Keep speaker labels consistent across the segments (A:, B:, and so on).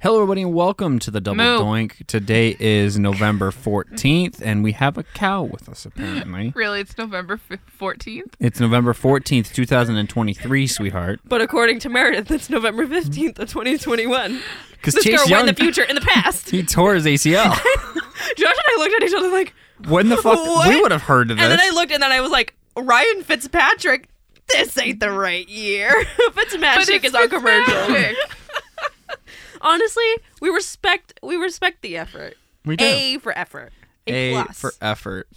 A: Hello, everybody, and welcome to the Double
B: Moo.
A: Doink. Today is November 14th, and we have a cow with us, apparently.
B: Really, it's November fourteenth.
A: It's November 14th, 2023, sweetheart.
C: But according to Meredith, it's November 15th of 2021.
A: Because
C: This girl
A: Chase
C: went in
A: Young,
C: the future, in the past. Josh
A: he tore his ACL.
C: and I looked at each other like,
A: when the fuck?
C: What?
A: We would have heard of this.
C: and then I looked and then I was like, Ryan Fitzpatrick, this ain't the right year. Fitzmagic is on commercial. Honestly, we respect we respect the effort.
A: we do.
C: A for effort. A,
A: A
C: plus.
A: for effort.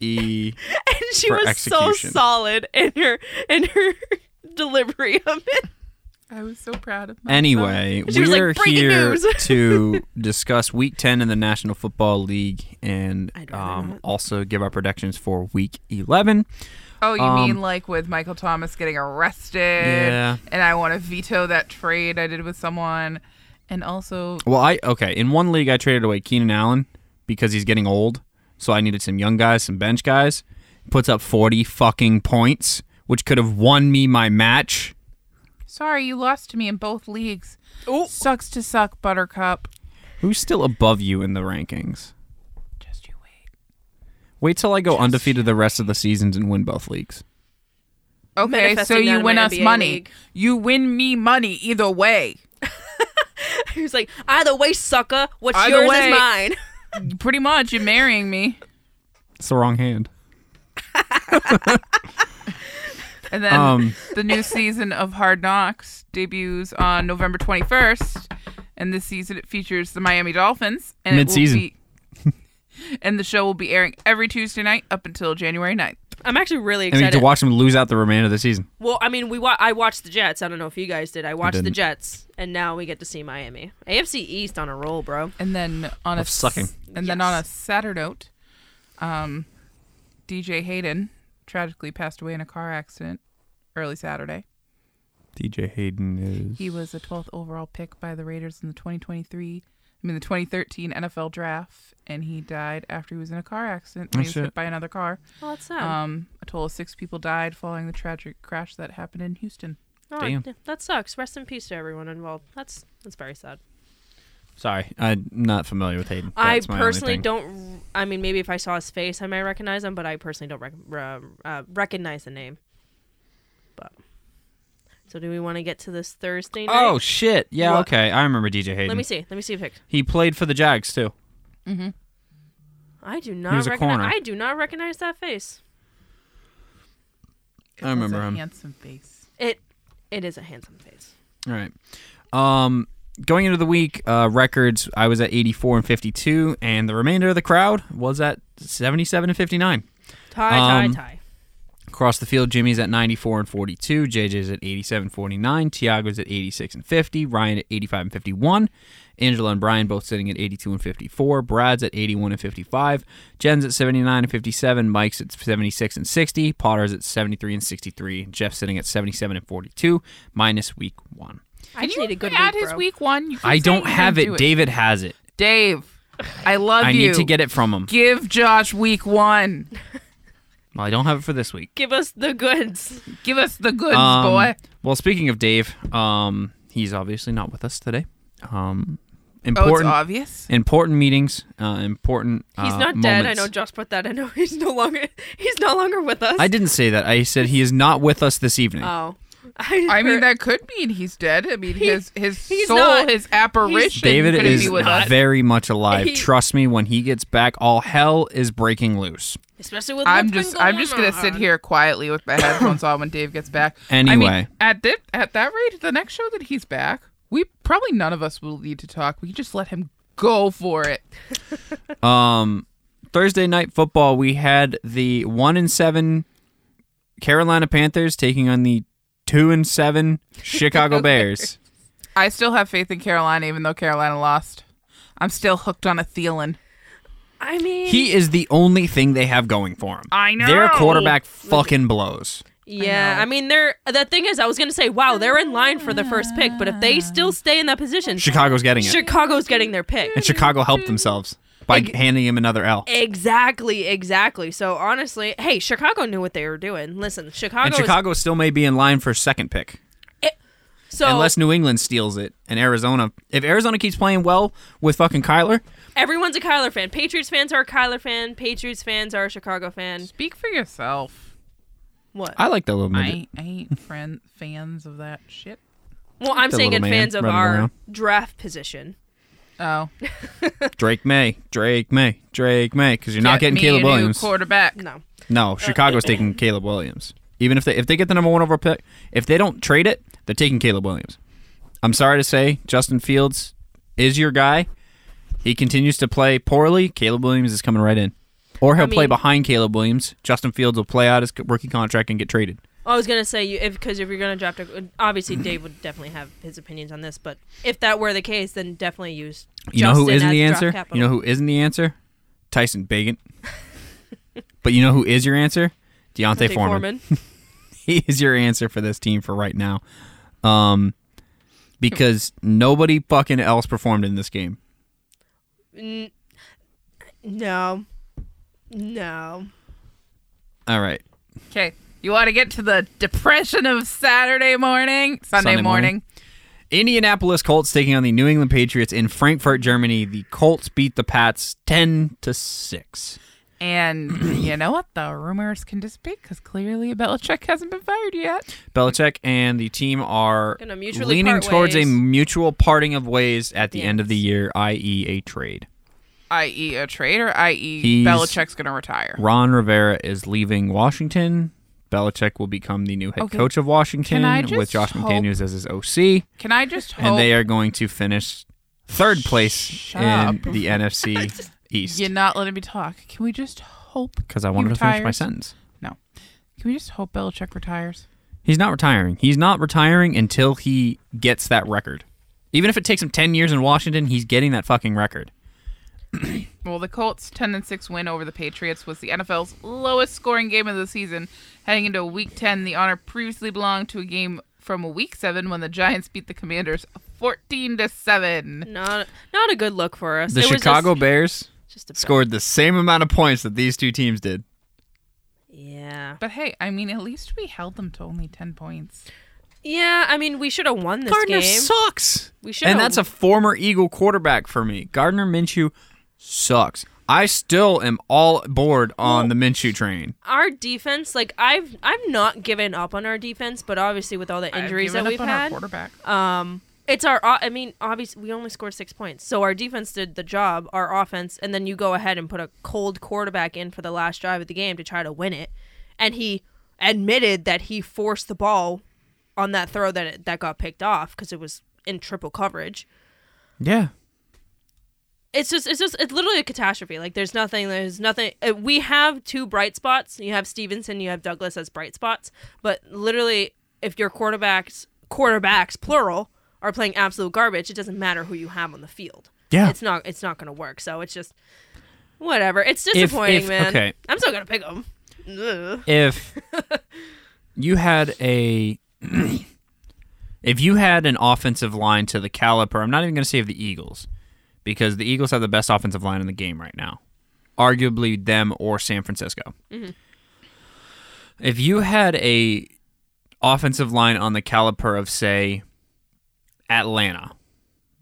A: E.
C: and she
A: for
C: was so
A: execution.
C: solid in her in her delivery of it.
B: I was so proud of myself.
A: Anyway,
C: She was
A: we
C: like,
A: are
C: "Breaking
A: here
C: news."
A: to discuss Week 10 in the National Football League and
C: I'd rather
A: um,
C: not.
A: also give our predictions for Week 11.
B: Oh, you
A: Um,
B: mean like with Michael Thomas getting arrested?
A: Yeah.
B: And I want to veto that trade I did with someone, and also
A: Well, I okay. In one league, I traded away Keenan Allen because he's getting old, so I needed some young guys, some bench guys. Puts up forty fucking points, which could have won me my match.
B: sorry you lost to me in both leagues.
C: Oh,
B: Sucks to suck, Buttercup.
A: Who's still above you in the rankings?
B: Just you wait.
A: Wait till I go undefeated the rest of the seasons and win both leagues.
B: Okay, so
C: Manifesting that
B: you
C: in
B: win
C: my
B: us
C: NBA
B: money.
C: league.
B: You win me money either way.
C: he was like, either way, sucker, what's
B: Either
C: yours
B: way.
C: is mine.
B: Pretty much, you're marrying me.
A: It's the wrong hand.
B: And then
A: Um.
B: the new season of Hard Knocks debuts on November 21st. And this season it features the Miami Dolphins. And it will
A: Mid-season.
B: be- and the show will be airing every Tuesday night up until January 9th.
C: I'm actually really
A: And we
C: excited.
A: need to watch them lose out the remainder of the season.
C: Well, I mean, we wa- I watched the Jets. I don't know if you guys did. I watched the
A: didn't.
C: Jets, and now we get to see Miami. AFC East on a roll, bro.
B: And then on a
A: Of sucking.
B: s- and then on a sadder note, um, DJ Hayden tragically passed away in a car accident early Saturday.
A: DJ Hayden is.
B: He was the 12th overall pick by the Raiders in the 2023, I mean the 2013 NFL draft, and he died after he was in a car accident. when
A: Oh,
B: he was
A: shit.
B: hit by another car.
C: Well, that's sad.
B: Um, a total of six people died following the tragic crash that happened in Houston.
C: Oh,
A: damn.
C: yeah, that sucks. Rest in peace to everyone involved. That's that's very sad.
A: Sorry, I'm not familiar with Hayden.
C: I
A: That's my only
C: personally
A: thing.
C: don't. r- I mean, maybe if I saw his face, I might recognize him, but I personally don't rec- r- uh, recognize the name. But so, do we want to get to this Thursday night?
A: Oh shit! Yeah,
C: What?
A: okay. I remember DJ Hayden.
C: let me see. Let me see a pic.
A: He played for the Jags too.
C: I do
A: was
C: not
A: a corner.
C: recognize. I do not recognize that face.
A: I remember him.
B: Handsome face.
C: It it is a handsome face.
A: All right. Um, going into the week, uh, records, I was at 84 and 52, and the remainder of the crowd was at 77 and 59.
C: Tie
A: Um,
C: tie tie.
A: Across the field, Jimmy's at 94 and 42, JJ's at 87 and 49, Tiago's at 86 and 50, Ryan at 85 and 51, Angela and Brian both sitting at 82 and 54, Brad's at 81 and 55, Jen's at 79 and 57, Mike's at 76 and 60, Potter's at 73 and 63, Jeff's sitting at 77 and 42, minus week one.
C: I just
B: Can you
C: need a good
B: add
C: week,
B: his
C: bro.
B: week one. You keep
A: I
B: saying
A: don't
B: you
A: have
B: don't
A: it.
B: do
A: David has it.
B: Dave, I love
A: I
B: you.
A: need to get it from him.
B: Give Josh week one.
A: Well, I don't have it for this week.
C: Give us the goods.
B: Give us the goods,
A: Um,
B: boy.
A: Well, speaking of Dave, um, he's obviously not with us today. Um,
B: Oh, it's
A: important,
B: obvious.
A: important meetings, uh, important.
C: He's
A: uh,
C: not dead. I
A: moments.
C: know Josh put that. I know he's no longer. He's no longer with us.
A: I didn't say that. I said he is not with us this evening.
C: Oh, I,
B: I mean, that
C: that.
B: could mean he's dead. I mean, his his
C: he's
B: soul,
C: not.
B: his apparition
A: David
B: couldn't
A: is
B: be with us.
A: very much alive.
C: He-
A: Trust me, when he gets back, all hell is breaking loose.
C: Especially with.
B: I'm
C: what's been
B: just I'm
C: going
B: just gonna sit
C: on.
B: here quietly with my headphones on when Dave gets back. I
A: Anyway.
B: mean, at this, at that rate, the next show that he's back, we probably none of us will need to talk. We can just let him go for it.
A: Um, Thursday night football, we had the one and seven Carolina Panthers taking on the two and seven Chicago Bears.
B: I still have faith in Carolina, even though Carolina lost. I'm still hooked on a Thielen.
C: I mean,
A: He is the only thing they have going for him.
B: I know.
A: Their quarterback fucking blows.
C: yeah. I, mean, they're. The thing is, I was gonna say, wow, they're in line for the first pick, but if they still stay in that position,
A: Chicago's getting it.
C: Chicago's getting their pick.
A: and Chicago helped themselves by handing him another L.
C: Exactly, exactly. So honestly, hey, Chicago knew what they were doing. Listen, Chicago,
A: and
C: is-
A: Chicago still may be in line for second pick.
C: So
A: unless New England steals it and Arizona, if Arizona keeps playing well with fucking Kyler,
C: everyone's a Kyler fan. Patriots fans are a Kyler fan. Patriots fans are a Chicago fan.
B: Speak for yourself.
C: What?
A: I like that little
B: I
A: midget.
B: ain't, I ain't friend, fans of that shit.
C: well, I'm
A: the
C: saying in
A: little man
C: fans of
A: running
C: our
A: around.
C: draft position.
B: Oh,
A: Drake May, Drake May, Drake May, because you're not
B: get
A: getting
B: me a
A: Caleb
B: new
A: Williams.
B: quarterback.
C: No.
A: no, Chicago's taking Caleb Williams. Even if they if they get the number one overall pick, if they don't trade it, they're taking Caleb Williams. I'm sorry to say, Justin Fields is your guy. He continues to play poorly. Caleb Williams is coming right in, or he'll
C: I
A: play
C: mean-
A: behind Caleb Williams. Justin Fields will play out his rookie contract and get traded.
C: I was gonna say you if because if you're gonna draft a obviously Dave would definitely have his opinions on this, but if that were the case, then definitely use.
A: You know who isn't
C: Justin as
A: the
C: draft
A: answer?
C: capital.
A: You know who isn't the answer? Tyson Bigant. but you know who is your answer? Deontay,
C: Dave
A: Foreman. He is your answer for this team for right now. Um, because nobody fucking else performed in this game.
C: N- no, no.
A: All right.
B: Okay, you want to get to the depression of Saturday morning, Sunday,
A: Sunday morning.
B: morning.
A: Indianapolis Colts taking on the New England Patriots in Frankfurt, Germany. The Colts beat the Pats 10 to 6.
B: and you know what? The rumors can dissipate because clearly Belichick hasn't been fired yet.
A: Belichick and the team are
C: Gonna mutually
A: leaning
C: part
A: towards
C: ways.
A: a mutual parting of ways at the end of the
C: Yes.
A: year, i.e., a trade.
B: I.e., E a traitor. I.e.,
A: He's-
B: Belichick's going to retire.
A: Ron Rivera is leaving Washington. Belichick will become the new head
B: Okay.
A: coach of Washington
B: Can I just
A: with Josh
B: hope-
A: McDaniels as his OC,
B: Can I just hope
A: and they
C: Oh.
A: are going to finish third place
B: Shut
A: in
B: up.
A: the NFC East.
B: you're not letting me talk? Can we just hope?
A: Because I
B: he
A: wanted to finish my
B: retires?
A: sentence.
B: No. Can we just hope Belichick retires?
A: He's not retiring. He's not retiring until he gets that record. Even if it takes him ten years in Washington, he's getting that fucking record.
B: Well, the Colts' 10 and 6 win over the Patriots was the NFL's lowest scoring game of the season. Heading into Week 10, the honor previously belonged to a game from Week 7 when the Giants beat the Commanders 14 to 7.
C: Not not a good look for us.
A: The
C: It was
A: Chicago
C: just,
A: Bears
C: just a
A: scored the same amount of points that these two teams did.
C: Yeah,
B: But hey, I mean, at least we held them to only 10 points.
C: yeah. I mean, we should have won this
A: Gardner
C: game.
A: sucks.
C: We should've-
A: and that's a former Eagle quarterback for me. Gardner Minshew sucks. I still am all aboard on the Minshew train.
C: our defense, like I've, I've not given up on our defense, but obviously with all the
B: I've
C: injuries
B: given
C: that
B: up
C: we've
B: on Our
C: had,
B: quarterback.
C: Um, it's our. I mean, obviously, we only scored six points, so our defense did the job. Our offense, and then you go ahead and put a cold quarterback in for the last drive of the game to try to win it, and he admitted that he forced the ball on that throw that it, that got picked off because it was in triple coverage.
A: Yeah.
C: It's just, it's just, it's literally a catastrophe. Like, there's nothing, there's nothing. uh, We have two bright spots. You have Stevenson, you have Douglas as bright spots. But literally, if your quarterbacks, quarterbacks, plural, are playing absolute garbage, it doesn't matter who you have on the field.
A: Yeah.
C: It's not, it's not going to work. So it's just, whatever. It's
A: if-
C: disappointing, man.
A: okay.
C: I'm still going to pick them.
A: If you had a if you had an offensive line to the caliper, I'm not even going to say of the Eagles because the Eagles have the best offensive line in the game right now. Arguably them or San Francisco. If you had a offensive line on the caliper of say Atlanta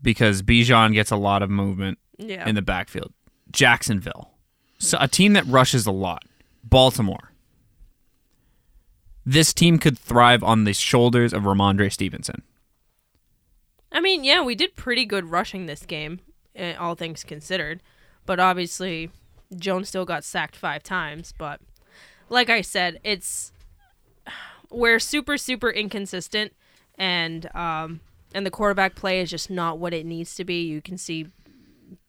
A: because Bijan gets a lot of movement
C: Yeah.
A: in the backfield. Jacksonville. So a team that rushes a lot. Baltimore. This team could thrive on the shoulders of Ramondre Stevenson.
C: I mean, yeah, we did pretty good rushing this game, eh, all things considered. But obviously, Jones still got sacked five times. But like I said, it's we're super, super inconsistent, and um, and the quarterback play is just not what it needs to be. You can see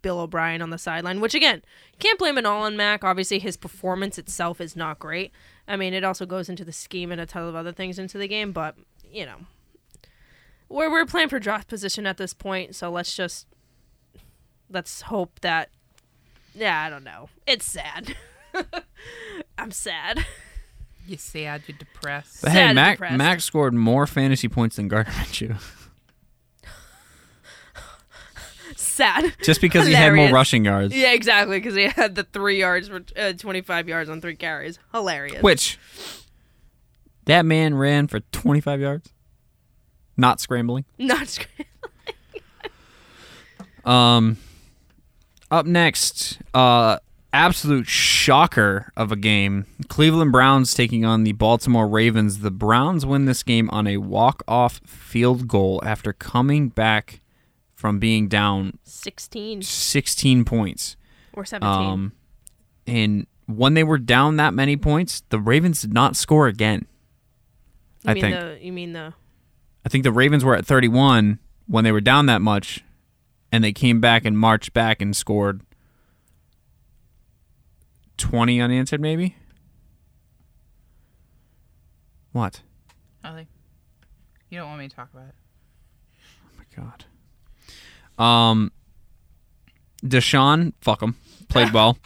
C: Bill O'Brien on the sideline, which again, can't blame it all on Mac. Obviously, his performance itself is not great. I mean, it also goes into the scheme and a ton of other things into the game, but you know, we're we're playing for draft position at this point, so let's just let's hope that yeah, I don't know. It's sad. I'm sad.
B: You sad, you're depressed.
A: But
C: Sad
A: hey,
C: and
A: Mac
C: depressed.
A: Mac scored more fantasy points than Gardner Minshew.
C: Sad.
A: Just because he had more
C: Hilarious.
A: rushing yards.
C: Yeah, exactly, because he had the three yards for uh, 25 yards on three carries. Hilarious.
A: Which that man ran for twenty five yards. not scrambling.
C: Not scrambling.
A: Um, up next, uh, absolute shocker of a game. Cleveland Browns taking on the Baltimore Ravens. The Browns win this game on a walk-off field goal after coming back from being down
C: 16
A: 16 points.
C: or 17.
A: Um, and when they were down that many points, the Ravens did not score again.
C: you
A: I
C: mean
A: think
C: the you mean the
A: I think the Ravens were at 31 when they were down that much, and they came back and marched back and scored 20 unanswered, maybe? What?
B: Nothing. You don't want me to talk about it.
A: Oh my God. Um, Deshaun, fuck him, played well.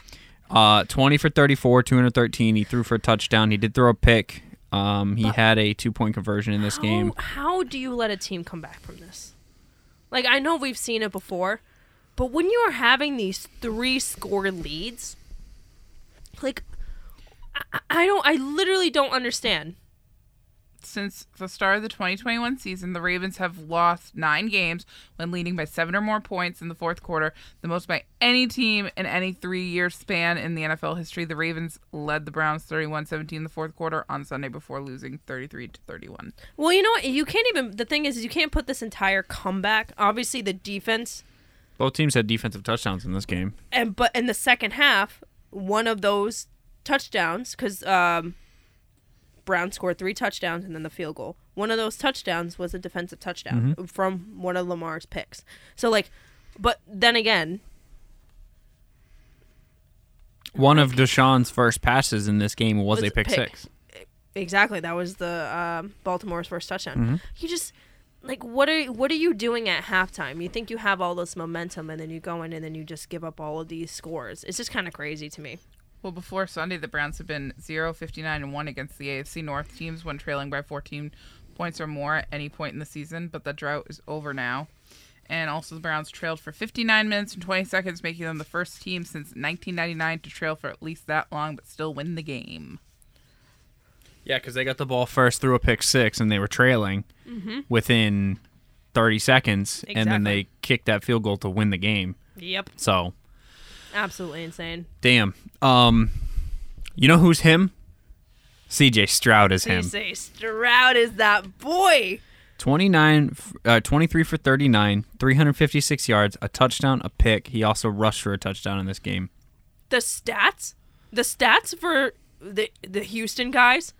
A: Uh, 20 for 34, 213. He threw for a touchdown. He did throw a pick. Um, he had a two point conversion in this
C: how,
A: game.
C: How do you let a team come back from this? Like I know we've seen it before, but when you are having these three score leads, like I, I don't, I literally don't understand.
B: Since the start of the 2021 season, the Ravens have lost nine games when leading by seven or more points in the fourth quarter, the most by any team in any three year span in the NFL history. The Ravens led the Browns 31 17 in the fourth quarter on Sunday before losing 33 to 31.
C: Well, you know what? You can't even. The thing is, you can't put this entire comeback. Obviously, the defense
A: Both teams had defensive touchdowns in this game.
C: and but in the second half, one of those touchdowns because um, Brown scored three touchdowns and then the field goal. One of those touchdowns was a defensive touchdown from one of Lamar's picks. So like, but then again,
A: One of Deshaun's first passes in this game was,
C: Was
A: a
C: a
A: pick,
C: pick.
A: six.
C: exactly that was the um, Baltimore's first touchdown. You just like what are what are you doing at halftime? You think you have all this momentum and then you go in and then you just give up all of these scores. It's just kind of crazy to me.
B: Well, before Sunday, the Browns have been 0 59 and 1 against the AFC North teams when trailing by 14 points or more at any point in the season, but the drought is over now. And also, the Browns trailed for 59 minutes and 20 seconds, making them the first team since 1999 to trail for at least that long but still win the game.
A: Yeah, because they got the ball first, threw a pick six, and they were trailing Mm-hmm. within 30 seconds, and then
C: Exactly.
A: they kicked that field goal to win the game.
C: Yep,
A: So,
C: absolutely insane.
A: damn. Um, you know who's him? CJ Stroud is
C: You
A: him.
C: say Stroud is that boy.
A: 29, f- uh, 23 for 39, 356 yards, a touchdown, a pick. He also rushed for a touchdown in this game.
C: the stats, the stats for the the Houston guys,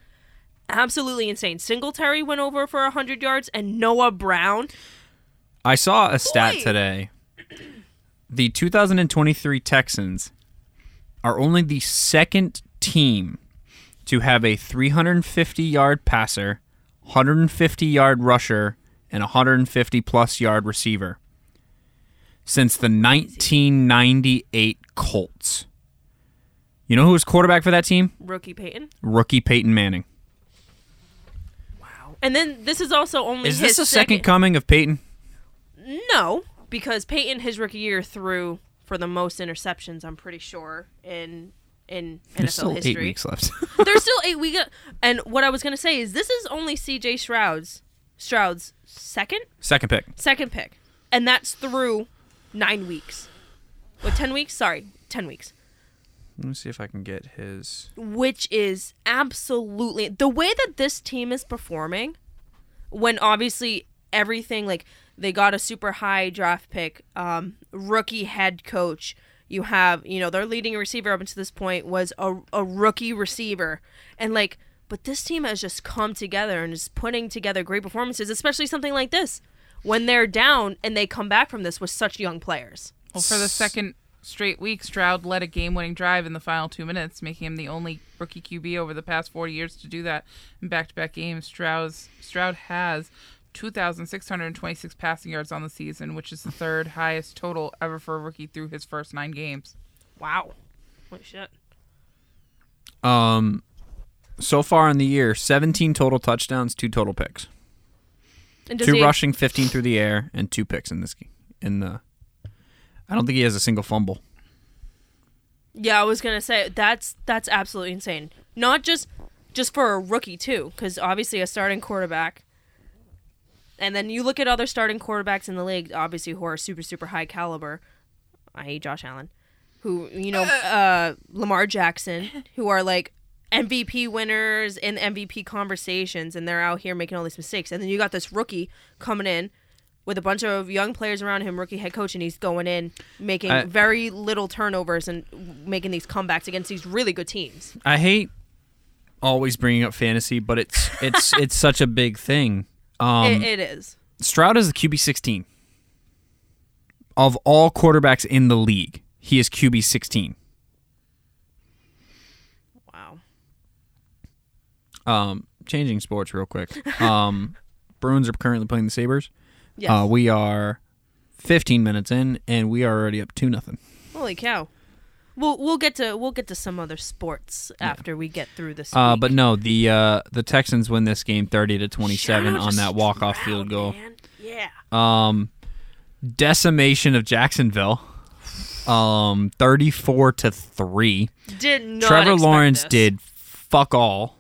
C: absolutely insane. Singletary went over for hundred yards, and Noah Brown.
A: I saw a stat
C: Boy.
A: today. The 2023 Texans are only the second team to have a 350 yard passer, 150 yard rusher, and 150 plus yard receiver since the 1998 Colts. You know who was quarterback for that team?
C: Rookie Peyton.
A: Rookie Peyton Manning.
C: Wow. And then this is also only
A: Is
C: his
A: this a second coming of Peyton?
C: No, because Peyton his rookie year threw for the most interceptions. I'm pretty sure in in NFL
A: There's still
C: history.
A: eight weeks left.
C: There's still eight weeks. And what I was gonna say is this is only C.J. Stroud's Stroud's second
A: second pick.
C: second pick, and that's through nine weeks. What ten weeks? Sorry, ten weeks.
A: Let me see if I can get his.
C: Which is absolutely the way that this team is performing. When obviously everything like they got a super high draft pick, um, rookie head coach. You have you know their leading receiver up until this point was a a rookie receiver, and like. But this team has just come together and is putting together great performances, especially something like this, when they're down and they come back from this with such young players.
B: Well, for the second straight week, Stroud led a game winning drive in the final two minutes, making him the only rookie QB over the past four years to do that in back to back games. Stroud's, Stroud has 2,626 passing yards on the season, which is the third highest total ever for a rookie through his first nine games.
C: Wow, holy shit!
A: Um, so far in the year, 17 total touchdowns, two total picks,
C: And does
A: two
C: he-
A: rushing, 15 through the air, and two picks in this game. In the, I don't think he has a single fumble.
C: Yeah, I was gonna say that's that's absolutely insane. Not just just for a rookie too, because obviously a starting quarterback And then you look at other starting quarterbacks in the league, obviously who are super super high caliber, i.e. Josh Allen, who you know uh, Lamar Jackson, who are like MVP winners in MVP conversations, and they're out here making all these mistakes. And then you got this rookie coming in with a bunch of young players around him, rookie head coach, and he's going in making
A: I-
C: very little turnovers and making these comebacks against these really good teams.
A: I hate always bringing up fantasy, but it's it's it's such a big thing. Um,
C: it, it is.
A: Stroud is the QB 16. Of all quarterbacks in the league, he is QB 16.
C: Wow.
A: Um, changing sports real quick. Um, Bruins are currently playing the Sabres.
C: Yes.
A: Uh, we are 15 minutes in, and we are already up 2 nothing.
C: Holy cow. We'll we'll get to we'll get to some other sports after we get through this.
A: Uh,
C: week.
A: but no, the uh, the Texans win this game 30 to 27
C: Shout out
A: on
C: to
A: that walk off
C: Stroud,
A: field goal.
C: man. Yeah.
A: Um, decimation of Jacksonville. Um, 34 to 3.
C: Did not
A: Trevor
C: expect
A: Lawrence
C: this. Oh.
A: did fuck all.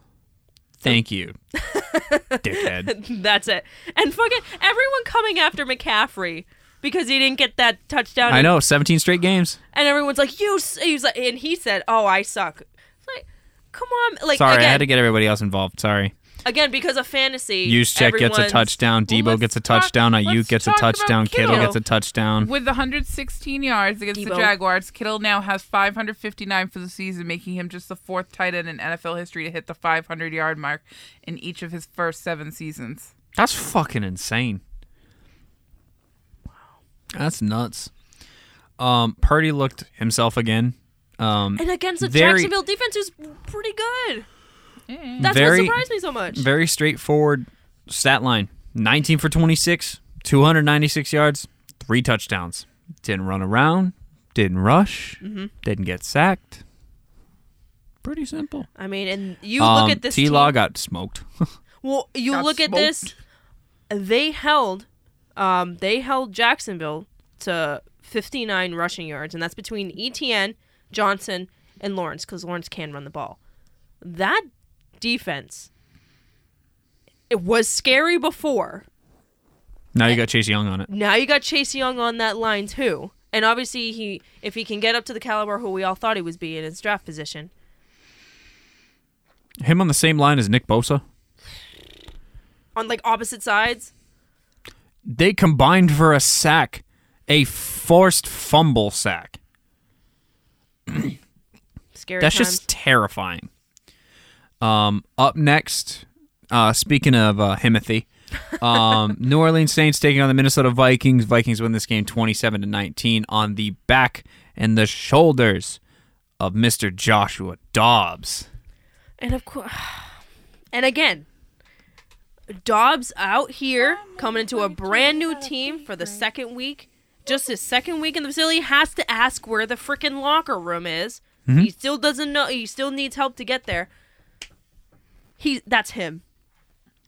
A: Thank you, dickhead.
C: That's it. And fucking everyone coming after McCaffrey because he didn't get that touchdown.
A: I know, 17 straight games.
C: And everyone's like, "You." s-" He was like, and he said, "Oh, I suck." It's like, come on. Like
A: Sorry, I
C: again,
A: had to get everybody else involved. Sorry.
C: again because of fantasy.
A: Juszczyk gets a
C: everyone's-
A: touchdown.
B: Well,
A: Debo
B: let's
A: gets a
B: talk-
A: touchdown. Ayuk
B: let's
A: gets a
B: talk about
A: touchdown. Kittle.
B: Kittle.
A: gets a touchdown.
B: With 116 yards against the
C: Debo.
B: Jaguars, Kittle now has 559 for the season, making him just the fourth tight end in NFL history to hit the 500 yard mark in each of his first seven seasons.
A: That's fucking insane. That's nuts. Um, Purdy looked himself again. Um,
C: And against the
A: Very-
C: Jacksonville defense, who's pretty good.
B: Yeah.
C: That's
A: Very-
C: what surprised me so much.
A: very straightforward stat line 19 for 26 296 yards three touchdowns didn't run around didn't rush
C: Mm-hmm.
A: didn't get sacked pretty simple
C: I mean, and you
A: Um,
C: look at this. team-
A: t-law got smoked
C: Well, you
B: Got
C: look at this. They held, um, they held Jacksonville to 59 rushing yards, and that's between ETN, Johnson, and Lawrence, because Lawrence can run the ball. That defense, it was scary before.
A: now you got chase young on it
C: Now you got Chase Young on that line too, and obviously he, if he can get up to the caliber who we all thought he was be in his draft position,
A: him on the same line as nick bosa
C: on like opposite sides.
A: they combined for a sack a forced fumble sack
C: Scary.
A: That's
C: times.
A: just terrifying. Um, up next, uh, speaking of uh, Himothy, um, New Orleans Saints taking on the Minnesota Vikings. Vikings win this game twenty-seven to nineteen on the back and the shoulders of Mister Joshua Dobbs.
C: And of course, and again, Dobbs out here coming into a brand new team for the second week. Just his second week in the facility has to ask where the freaking locker room is. He still doesn't know. He still needs help to get there. He that's him.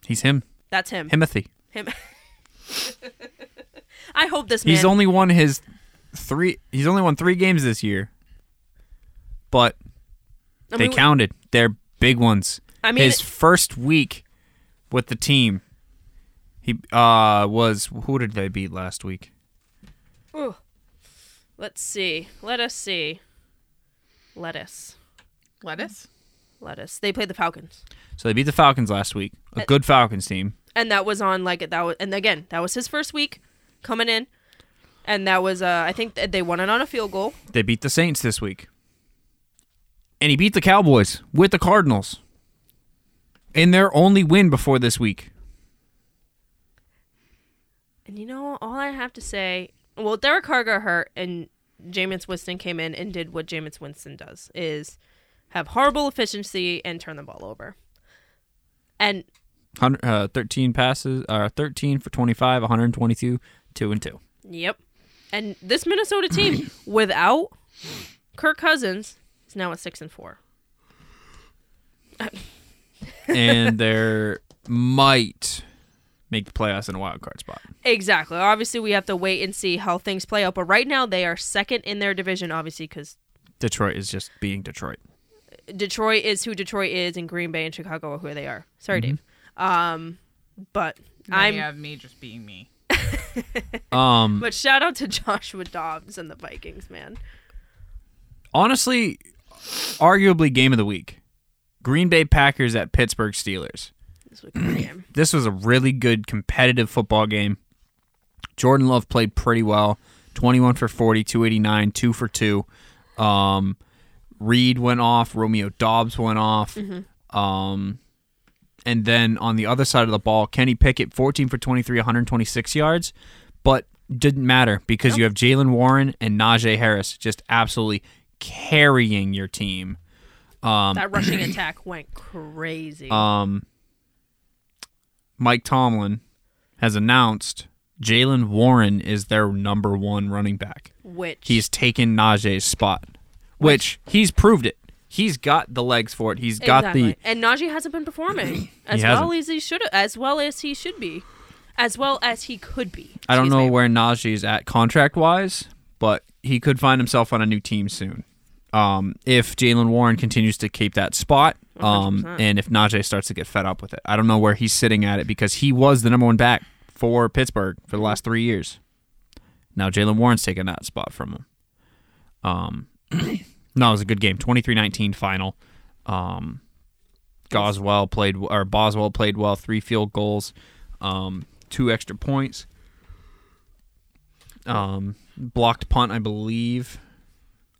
A: He's him,
C: That's him.
A: Himothy.
C: Him. I hope this man.
A: He's only won his three. He's only won three games this year, but
C: I
A: they
C: mean,
A: counted. They're big ones.
C: I mean-
A: his first week with the team, he uh was who did they beat last week?
C: ooh. Let's see. Let us see. Let us.
B: Lettuce?
C: Let us. They played the Falcons.
A: So they beat the Falcons last week, a good Falcons team.
C: and that was on like that was and again that was his first week coming in and that was uh i think that they won it on a field goal
A: They beat the Saints this week, and he beat the Cowboys with the Cardinals in their only win before this week.
C: and you know all i have to say well derek carr got hurt and Jameis winston came in and did what Jameis winston does is have horrible efficiency and turn the ball over and
A: Hundred uh, thirteen passes, uh, thirteen for twenty-five, one hundred twenty-two, two and two.
C: yep and this minnesota team without kirk cousins is now at six and four
A: and there might make the playoffs in a wild card spot.
C: Exactly. Obviously, we have to wait and see how things play out. But right now, they are second in their division, obviously, because
A: Detroit is just being Detroit. Mm-hmm.
C: Detroit is who Detroit is, and Green Bay and Chicago are who they are. Sorry, Dave. Um, But
B: I'm
C: I'm
B: yeah, me just being me.
A: Um,
C: but shout out to Joshua Dobbs and the Vikings, man.
A: honestly, arguably game of the week. Green Bay Packers at Pittsburgh Steelers.
C: This was a good game.
A: This was a really good competitive football game. Jordan Love played pretty well. 21 for 40, 289, 2 for 2. Um, Reed went off, Romeo Dobbs went off. Um, and then on the other side of the ball, Kenny Pickett, 14 for 23, 126 yards, but didn't matter because you have Jalen Warren and Najee Harris just absolutely carrying your team. Um,
C: that rushing attack went crazy.
A: Mike Tomlin has announced Jalen Warren is their number one running back.
C: which
A: He's taken Najee's spot, which he's proved it. He's got the legs for it. He's got
C: exactly.
A: the
C: and Najee hasn't been performing as well
A: hasn't.
C: as he should as well as he should be, as well as he could be.
A: I don't
C: Excuse
A: know
C: me.
A: where Najee's at contract wise, but he could find himself on a new team soon. Um, if Jalen Warren continues to keep that spot, um,
C: 100%.
A: and if Najee starts to get fed up with it, I don't know where he's sitting at it because he was the number one back for Pittsburgh for the last three years. Now Jalen Warren's taking that spot from him. Um, no, it was a good game. 23-19 final. Um, Goswell played or Boswell played well. Three field goals, um, two extra points. Um, blocked punt, I believe.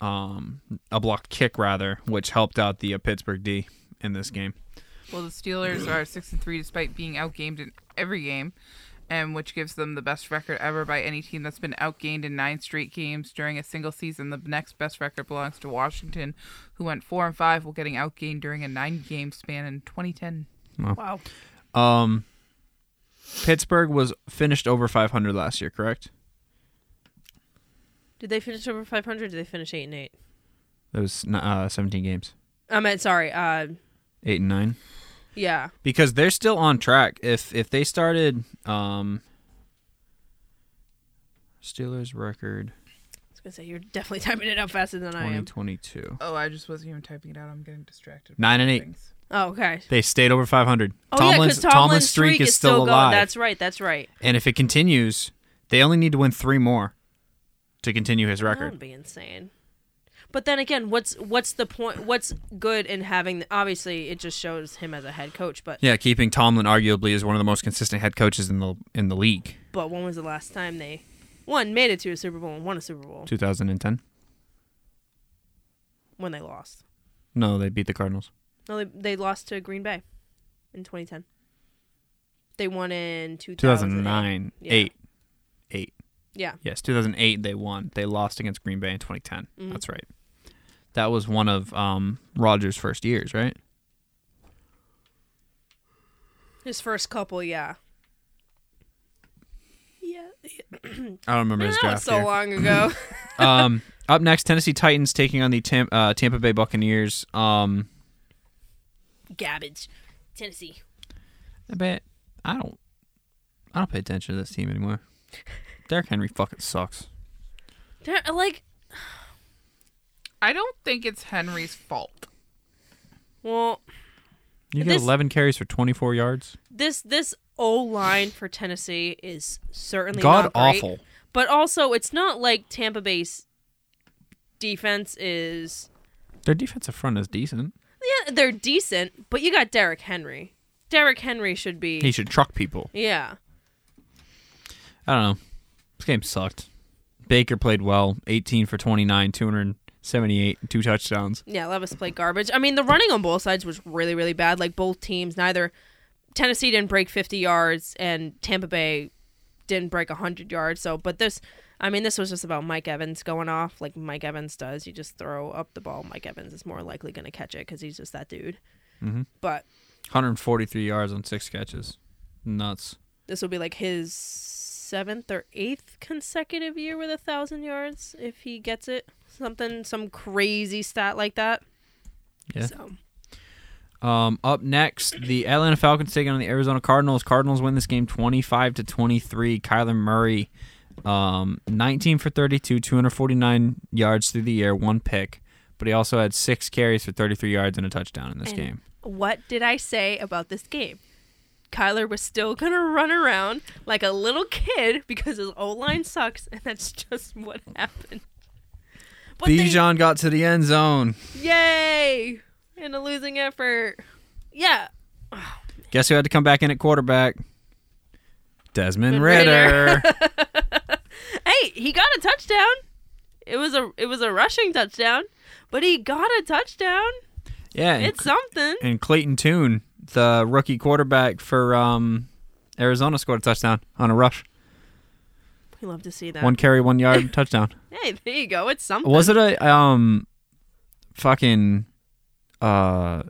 A: Um, a blocked kick rather, which helped out the uh, Pittsburgh D in this game.
B: Well, the Steelers are six and three despite being outgamed in every game, and which gives them the best record ever by any team that's been outgained in nine straight games during a single season. The next best record belongs to Washington, who went four and five while getting outgained during a nine-game span in 2010.
C: Wow.
A: Um, Pittsburgh was finished over 500 last year, correct?
C: Did they finish over 500? Did they finish 8 and 8?
A: That was uh, 17 games,
C: I meant, sorry. Uh,
A: eight and nine.
C: yeah.
A: because they're still on track. If if they started um Steelers record
C: I was going to say, you're definitely typing it up faster than I am.
A: 2022.
B: Oh, I just wasn't even typing it out. I'm getting distracted. by
A: Nine and eight.
B: things.
C: Oh, okay.
A: They stayed over 500.
C: Oh, yeah,
A: Tomlin's,
C: because
A: Tomlin's streak, is still,
C: going.
A: alive.
C: That's right. That's right.
A: And if it continues, they only need to win 3 more to continue his
C: That would
A: record.
C: be insane. But then again, what's what's the point? What's good in having? Obviously, it just shows him as a head coach. But
A: Yeah, keeping Tomlin arguably is one of the most consistent head coaches in the in the league.
C: but when was the last time they one made it to a Super Bowl and won a Super Bowl
A: 2010.
C: when they lost?
A: No, they beat the Cardinals.
C: No, they, they lost to Green Bay in 2010. They won in 2009.
A: 2009,
C: Yeah.
A: 8. 8.
C: Yeah.
A: Yes, 2008 they won. They lost against Green Bay in 2010.
C: Mm-hmm.
A: That's right. That was one of um, Rogers' first years, right?
C: His first couple, yeah. Yeah.
A: I don't remember his
C: That
A: draft
C: was so
A: year.
C: long ago.
A: um, up next, Tennessee Titans taking on the Tam- uh, Tampa Bay Buccaneers. Um,
C: Gabbage. Tennessee.
A: I bet I don't. I don't pay attention to this team anymore. Derrick Henry fucking sucks.
C: They're like,
B: I don't think it's Henry's fault.
C: well,
A: You get
C: This-
A: 11 carries for 24 yards.
C: this this O line for Tennessee is certainly
A: God
C: not great,
A: awful.
C: But also, it's not like Tampa Bay's defense is
A: Their defensive front is decent.
C: yeah they're decent, but you got Derrick Henry. Derrick Henry should be
A: He should truck people.
C: yeah.
A: I don't know. This game sucked. Baker played well, 18 for 29, 278, and two touchdowns.
C: Yeah, Levis played garbage. I mean, the running on both sides was really, really bad. Like both teams, neither Tennessee didn't break 50 yards, and Tampa Bay didn't break 100 yards. So, but this, I mean, this was just about Mike Evans going off, like Mike Evans does. You just throw up the ball. Mike Evans is more likely going to catch it because he's just that dude. But
A: 143 yards on six catches. Nuts.
C: this will be like his seventh or eighth consecutive year with a thousand yards if he gets it. Something, some crazy stat like that.
A: Yeah.
C: So.
A: Um, up next, the Atlanta Falcons taking on the Arizona Cardinals. Cardinals win this game 25 to 23. Kyler Murray, um, 19 for 32, 249 yards through the air, one pick, but he also had six carries for 33 yards and a touchdown in this
C: And
A: game.
C: What did I say about this game? Kyler was still going to run around like a little kid because his O line sucks, and that's just what happened. But they-
A: Bijan got to the end zone.
C: yay! In a losing effort. Yeah.
A: Guess who had to come back in at quarterback? Desmond
C: Ritter.
A: Ritter.
C: Hey, he got a touchdown. It was a it was a rushing touchdown, but he got a touchdown.
A: yeah, and,
C: It's something.
A: and Clayton Toon, the rookie quarterback for um, Arizona, scored a touchdown on a rush.
C: We love to see that.
A: One carry, one yard, touchdown.
C: Hey, there you go. It's something.
A: Was it a um, fucking uh,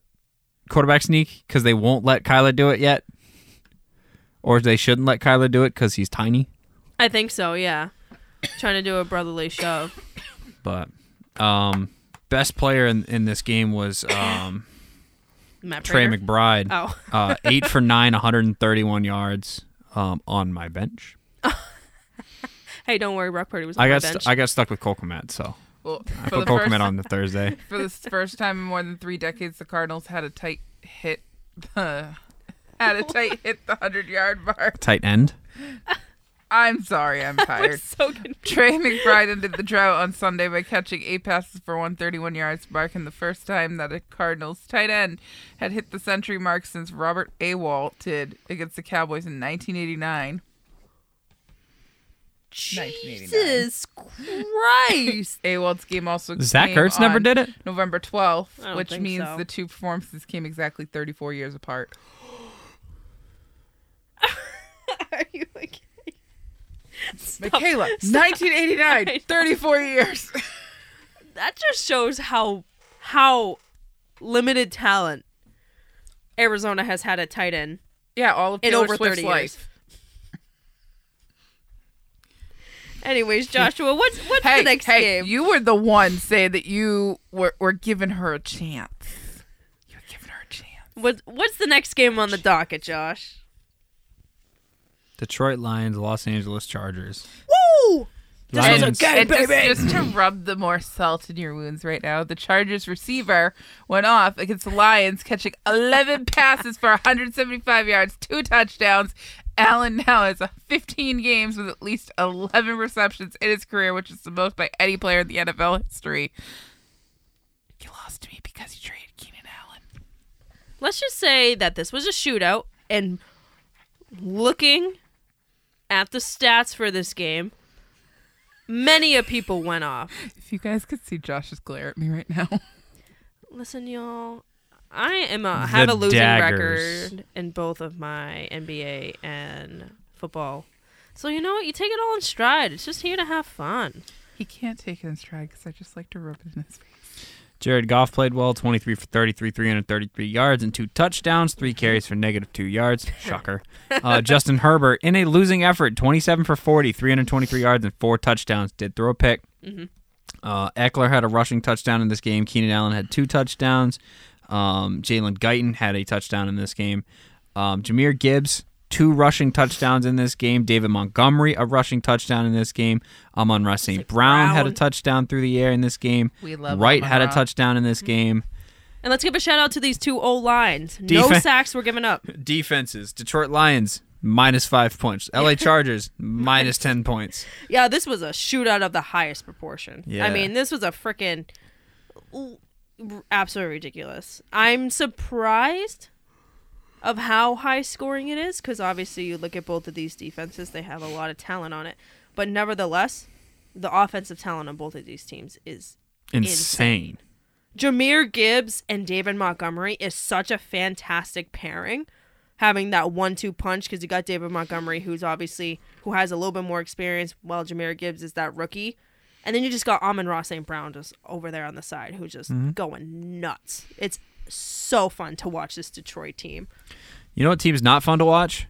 A: quarterback sneak because they won't let Kyler do it yet, or they shouldn't let Kyler do it because he's tiny?
C: I think so. Yeah. Trying to do a brotherly shove.
A: But um, best player in, in this game was um,
C: Matt
A: Trey
C: Prater?
A: McBride.
C: Oh,
A: uh, eight for nine, 131 yards um, on my bench.
C: hey, don't worry. Brock Purdy was on
A: I
C: my
A: got
C: bench.
A: st- I got stuck with Cole Komet, so
B: Well,
A: I
B: for the
A: put Cole
B: first
A: Komet on the Thursday.
B: for the first time in more than three decades, the Cardinals had a tight hit the had a tight hit the hundred yard mark.
A: Tight end.
B: I'm sorry, I'm
C: We're
B: tired.
C: so good.
B: Trey McBride ended the drought on Sunday by catching eight passes for 131 yards, marking the first time that a Cardinals tight end had hit the century mark since Robert Awalt did against the Cowboys in 1989. 1989.
C: Jesus Christ.
B: Awalt's game also
A: Zach
B: came
A: Ertz
B: on
A: never did it.
B: November
C: I
B: 12th,
C: don't
B: which
C: think
B: means
C: so.
B: the two performances came exactly 34 years apart.
C: Are you okay? Stop.
B: Michaela,
C: Stop.
B: 1989,
C: I know.
B: 34 years.
C: That just shows how how limited talent Arizona has had at tight end
B: yeah, all of
C: in
B: Taylor
C: over
B: Swift's
C: thirty
B: life.
C: years. Anyways, Joshua, what's what's
B: Hey,
C: the next
B: hey,
C: game?
B: you were the one saying that you were, were giving her a chance. You were giving her a chance.
C: What what's the next game on the docket, Josh?
A: Detroit Lions, Los Angeles Chargers.
C: Woo!
A: This was a Lions. game,
B: And just, just to rub the more salt in your wounds right now, the Chargers receiver went off against the Lions, catching 11 passes for 175 yards, two touchdowns. Allen now has 15 games with at least 11 receptions in his career, which is the most by any player in the NFL history. You lost to me because you traded Keenan Allen.
C: Let's just say that this was a shootout, and looking at the stats for this game, many a people went off.
B: If you guys could see Josh's glare at me right now.
C: Listen, y'all, I am a, have a losing
A: daggers.
C: record in both of my NBA and football. So you know what? You take it all in stride. It's just here to have fun.
B: He can't take it in stride because I just like to rub it in his face.
A: Jared Goff played well, 23 for 33, 333 yards and two touchdowns, three carries for negative two yards. Shocker. Uh, Justin Herbert, in a losing effort, 27 for 40, 323 yards and four touchdowns, did throw a pick. Uh, Eckler had a rushing touchdown in this game. Keenan Allen had two touchdowns. Um, Jalen Guyton had a touchdown in this game. Um, Jameer Gibbs, two rushing touchdowns in this game. David Montgomery, a rushing touchdown in this game. Amon Ross St. Brown, had a
C: Brown.
A: touchdown through the air in this game.
B: We love Mm-hmm.
A: Wright
B: Amon
A: had a
B: Ra.
A: touchdown in this game.
C: And let's give a shout out to these two O lines. No
A: Defen-
C: sacks were given up.
A: Defenses Detroit Lions, minus five points. LA Chargers, minus 10 points.
C: Yeah, this was a shootout of the highest proportion.
A: Yeah.
C: I mean, this was a freaking l- r- absolutely ridiculous. I'm surprised of how high scoring it is because obviously you look at both of these defenses, they have a lot of talent on it. But nevertheless, the offensive talent on both of these teams is
A: Insane.
C: Jameer Gibbs and David Montgomery is such a fantastic pairing. Having that one-two punch because you got David Montgomery, who's obviously who has a little bit more experience, while Jameer Gibbs is that rookie, and then you just got Amon Ross St. Brown just over there on the side, who's just going nuts. It's so fun to watch this Detroit team.
A: You know what team's not fun to watch?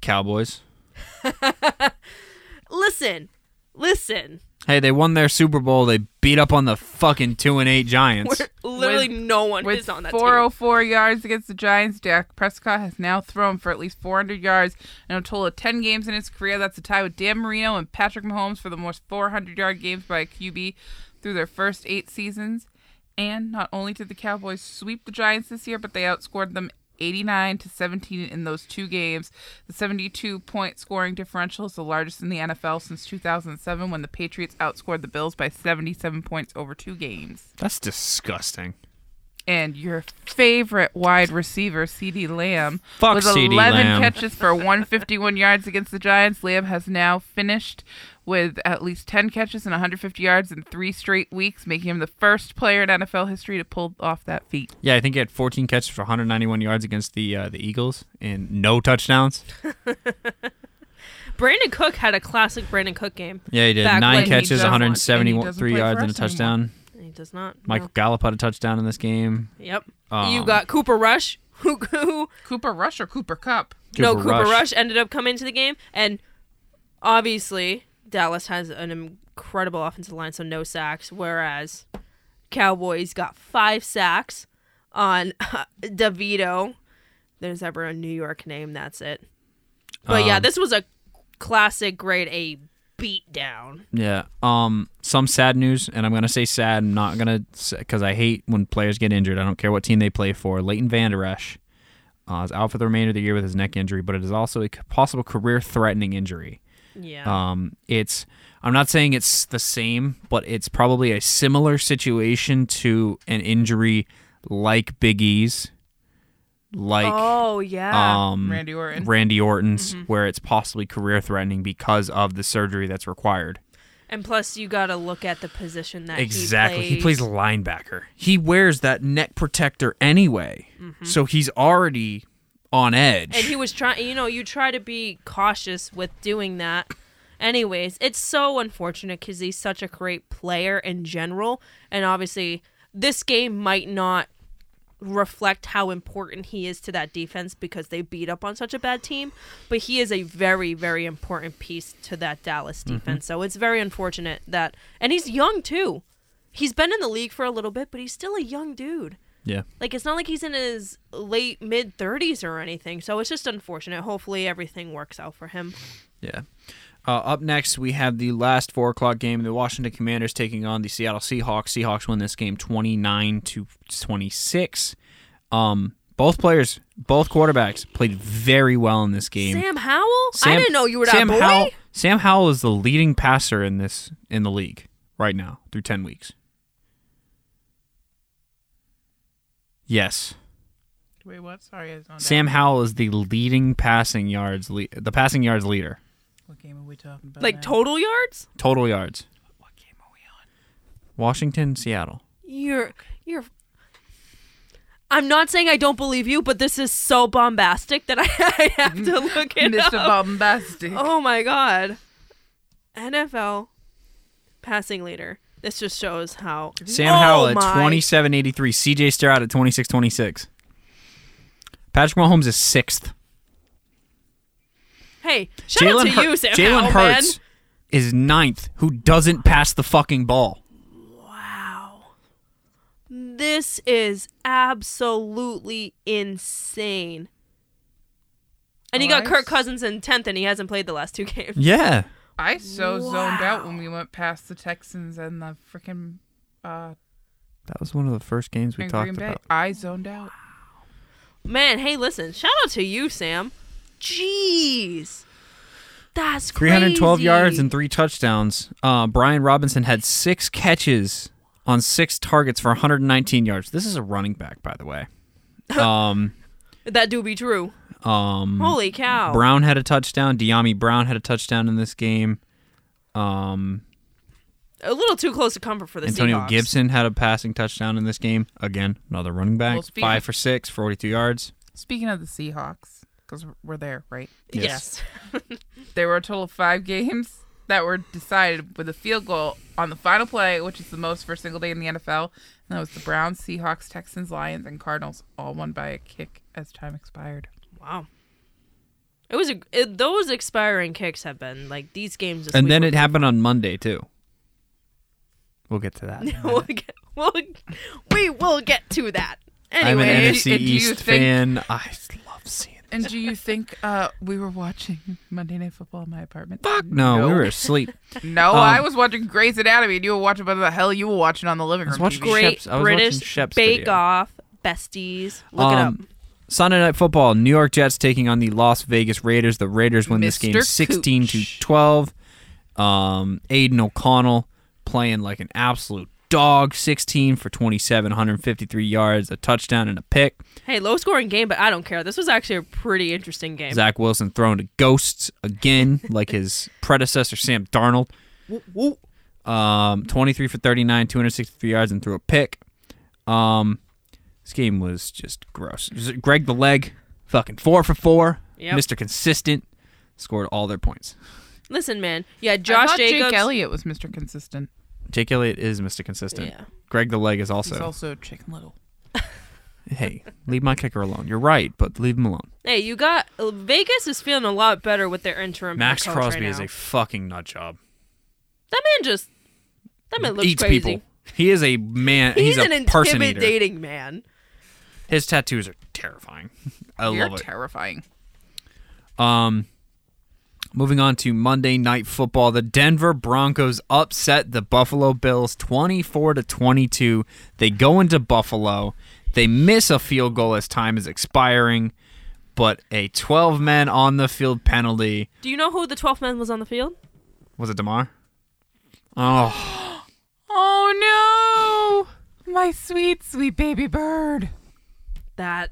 A: Cowboys.
C: Listen, listen,
A: Hey, they won their Super Bowl. They beat up on the fucking 2 and 8 Giants.
C: where literally
B: With-
C: no one
B: With
C: is on that team.
B: 404 yards against the Giants, Dak Prescott has now thrown for at least 400 yards in a total of 10 games in his career. That's a tie with Dan Marino and Patrick Mahomes for the most 400 yard games by a QB through their first eight seasons. And not only did the Cowboys sweep the Giants this year, but they outscored them 89 to 17 in those two games. The 72 point scoring differential is the largest in the NFL since 2007 when the Patriots outscored the Bills by 77 points over two games.
A: That's disgusting.
B: And your favorite wide receiver, CD Lamb,
A: Fuck
B: with
A: CD
B: 11
A: Lamb.
B: catches for 151 yards against the Giants. Lamb has now finished with at least 10 catches and 150 yards in three straight weeks, making him the first player in NFL history to pull off that feat.
A: Yeah, I think he had 14 catches for 191 yards against the uh, the Eagles and no touchdowns.
C: oh Brandon Cook had a classic Brandon Cook game.
A: Yeah, he did
C: Back when
A: nine
C: he
A: catches,
B: does want- and
A: 173
B: he doesn't play
A: yards
B: for
A: and a
B: us anymore.
A: touchdown.
C: He does not.
A: Michael Gallup had a touchdown in this game.
C: no. Yep.
A: Um,
C: you got Cooper Rush, who, who
B: Cooper Rush or Cooper Cup?
C: no
A: Cooper
C: Cooper Rush.
A: Rush.
C: ended up coming into the game, and obviously Dallas has an incredible offensive line, so no sacks. Whereas Cowboys got five sacks on Devito. There's ever a New York name, that's it. But yeah,
A: Um,
C: this was a classic grade A beatdown.
A: Yeah. Um. Some sad news, and I'm gonna say sad. I'm not gonna because I hate when players get injured. I don't care what team they play for. Leighton Vander Esch uh, is out for the remainder of the year with his neck injury, but it is also a c- possible career-threatening injury.
C: Yeah.
A: Um. It's. I'm not saying it's the same, but it's probably a similar situation to an injury like Big E's, like
C: oh yeah.
A: um
B: Randy Orton.
A: Randy Orton's, where it's possibly career-threatening because of the surgery that's required.
C: and plus, you got to look at the position that
A: Exactly. He
C: He
A: plays linebacker. He wears that neck protector anyway. So he's already on edge.
C: and he was trying you know you try to be cautious with doing that anyways it's so unfortunate because he's such a great player in general and obviously this game might not reflect how important he is to that defense because they beat up on such a bad team but he is a very very important piece to that dallas defense so it's very unfortunate that and he's young too he's been in the league for a little bit but he's still a young dude
A: yeah.
C: like it's not like he's in his late mid 30s or anything so it's just unfortunate hopefully everything works out for him
A: Yeah. Uh, up next, we have the last four o'clock game. The Washington Commanders taking on the Seattle Seahawks. Seahawks win this game twenty nine to twenty six. Um, both players, both quarterbacks, played very well in this game.
C: sam howell i
A: Sam-
C: didn't know you were
A: Sam
C: that boy
A: Howell, Sam Howell is the leading passer in this in the league right now through ten weeks. Yes,
B: Wait, what? Sorry, I was on that.
A: Sam Howell is the leading passing yards le- the passing yards leader
B: What game are we talking about?
C: like total yards
A: total yards.
B: what game are we on?
A: Washington, Seattle.
C: you're you're i'm not saying i don't believe you but this is so bombastic that i, I have to look it
B: Mr.
C: up
B: Bombastic.
C: oh my god nfl passing leader this just shows how
A: Sam
C: Oh
A: Howell at
C: my-
A: twenty seven eighty three. C.J. Stroud at twenty six twenty six. Patrick Mahomes is sixth.
C: hey shout out to
A: Hur-
C: you sam
A: Jalen
C: howell
A: Hurts
C: man
A: is ninth, who doesn't pass the fucking ball.
C: Wow. This is absolutely insane. And he got
B: Nice.
C: Kirk Cousins in 10th, and he hasn't played the last two games.
A: Yeah.
B: I so zoned out when
C: Wow.
B: we went past the Texans and the freaking uh,
A: That was one of the first games we
B: and
A: talked
B: Green Bay.
A: about.
B: I zoned out.
C: Man, hey, listen, shout out to you, Sam. Jeez. That's crazy.
A: 312 yards and three touchdowns. Uh, Brian Robinson had six catches on six targets for 119 yards. This is a running back, by the way. Um,
C: That do be true.
A: um,
C: Holy cow.
A: Brown had a touchdown. Deami Brown had a touchdown in this game. Um,
C: a little too close to comfort for the
A: Antonio
C: Seahawks.
A: Gibson had a passing touchdown in this game. Again, another running back.
B: Well, speaking-
A: Five for six, 42 yards.
B: Speaking of the Seahawks, because we're there, right?
A: Yes.
C: Yes.
B: There were a total of five games that were decided with a field goal on the final play, which is the most for a single day in the NFL. And that was the Browns, Seahawks, Texans, Lions, and Cardinals, all won by a kick as time expired.
C: Wow. It was a, it, those expiring kicks have been like these games. This
A: And
C: week
A: then
C: were
A: it happened on Monday, too. We'll get to that.
C: we'll get, we'll, we will get to that.
A: I'm
C: Anyway,
A: an
B: Anyway,
A: NFC
B: and do you
A: East
B: think-
A: fan. I love seeing.
B: And do you think uh, we were watching Monday Night Football in my apartment?
A: Fuck no, we were asleep.
B: No,
A: Um,
B: I was watching Grey's Anatomy, and you were watching whatever the hell you were watching on the living
A: I was
B: room.
A: watching
B: TV.
A: Grey-
C: great
A: Sheps- I was watching
C: British
A: Sheps
C: Bake
A: video.
C: Off besties. Look
A: Um,
C: it up.
A: Sunday night football, New York Jets taking on the Las Vegas Raiders. The Raiders win this game
B: Mr.
A: 16 to
B: Cooch.
A: 12. Um, Aiden O'Connell playing like an absolute dog, 16 for 27, 153 yards, a touchdown and a pick.
C: Hey, low scoring game, but I don't care. This was actually a pretty interesting game.
A: Zach Wilson thrown to ghosts again, like his predecessor Sam Darnold. Um, 23 for 39, 263 yards, and threw a pick. Um, this game was just gross. Greg the leg, fucking four for four.
C: Yep.
A: Mr. Consistent scored all their points.
C: Listen, man. Yeah,
B: I
C: Josh
B: thought
C: Jacobs.
B: Jake Elliott was Mr. Consistent.
A: Jake Elliott is Mr. Consistent.
C: Yeah.
A: Greg the leg is also.
B: He's also Chicken Little.
A: hey, leave my kicker alone. You're right, but leave him alone.
C: Hey, you got Vegas is feeling a lot better with their interim. head
A: Max
C: coach
A: Crosby
C: right
A: is
C: now.
A: a fucking nut job.
C: that man just that man looks
A: Eats
C: crazy.
A: people. He is a man.
C: He's,
A: He's,
C: an
A: a person eater.
C: intimidating man.
A: His tattoos are terrifying. I
B: You're
A: love it.
B: terrifying.
A: Um, moving on to Monday Night Football, the Denver Broncos upset the Buffalo Bills, twenty-four to twenty-two. They go into Buffalo. They miss a field goal as time is expiring, but a twelve-man on the field penalty
C: Do you know who the 12th man was on the field?
A: was it Demar? Oh,
B: Oh no! My sweet, sweet baby bird.
C: That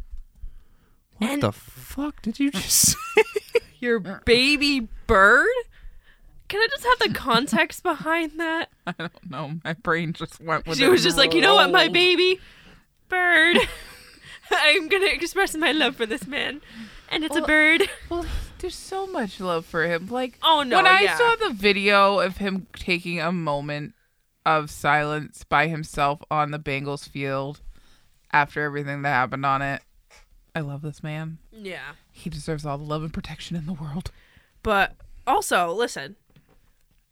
A: what
C: And-
A: the fuck did you just?
C: your
B: Uh-uh.
C: baby bird? Can I just have the context behind that?
B: I don't know. My brain just went with
C: She
B: it
C: was just like, you know what, my
B: rolled.
C: baby bird. I'm gonna express my love for this man, and it's a
B: Well-
C: bird.
B: Well, there's so much love for him. Like,
C: Oh, no,
B: When I
C: yeah.
B: saw the video of him taking a moment of silence by himself on the Bengals field after everything that happened on it, I love this man.
C: Yeah,
B: He deserves all the love and protection in the world.
C: but also listen,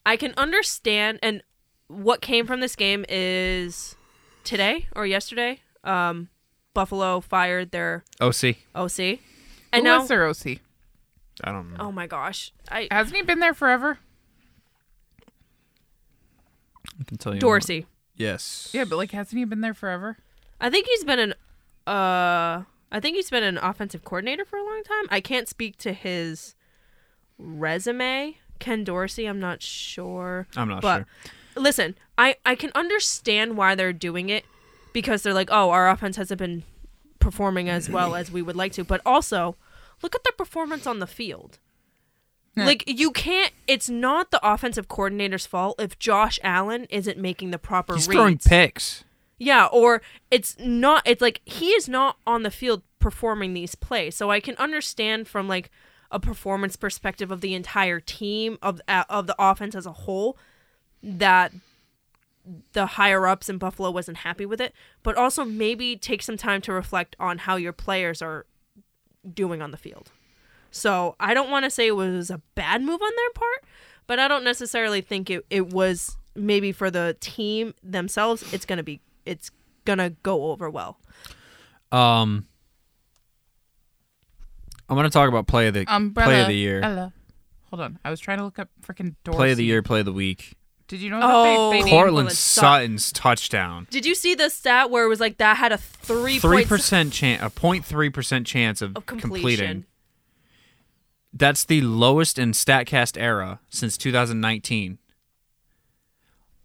C: I can understand, and what came from this game is today or yesterday. Um, Buffalo fired their
A: OC.
C: OC,
B: Who
C: and now
B: was their OC?
A: I don't know.
C: oh my gosh, I
B: Hasn't he been there forever?
A: I can tell you.
C: Dorsey.
A: Yes.
B: Yeah, but like, hasn't he been there forever?
C: I think he's been an uh I think he's been an offensive coordinator for a long time. I can't speak to his resume. Ken Dorsey, I'm not sure.
A: I'm not
C: but
A: sure.
C: listen, I I can understand why they're doing it because they're like, "Oh, our offense hasn't been performing as well as we would like to." But also, look at their performance on the field.
B: Yeah.
C: Like you can't. It's not the offensive coordinator's fault if Josh Allen isn't making the proper.
A: He's
C: reads.
A: throwing picks.
C: Yeah, or it's not it's like he is not on the field performing these plays. So I can understand from like a performance perspective of the entire team of uh, of the offense as a whole that the higher ups in Buffalo wasn't happy with it, but also maybe take some time to reflect on how your players are doing on the field. So I don't want to say it was a bad move on their part, but I don't necessarily think it, it was maybe for the team themselves. It's gonna be it's gonna go over well.
A: Um, I'm going to talk about play of the
C: Um,
B: Umbrella.
A: play of the year,
B: Ella. Hold on. I was trying to look up freaking Dorsey.
A: play of the year, play of the week.
B: Did you know
C: Oh.
B: that they, they named
A: Cortland
C: Cortland
A: Sutton's touchdown.
C: Did you see the stat where it was like that had a three
A: Three
C: point
A: percent chance, a 03 percent chance of,
C: of
A: completing.
C: completion?
A: That's the lowest in Statcast era since 2019.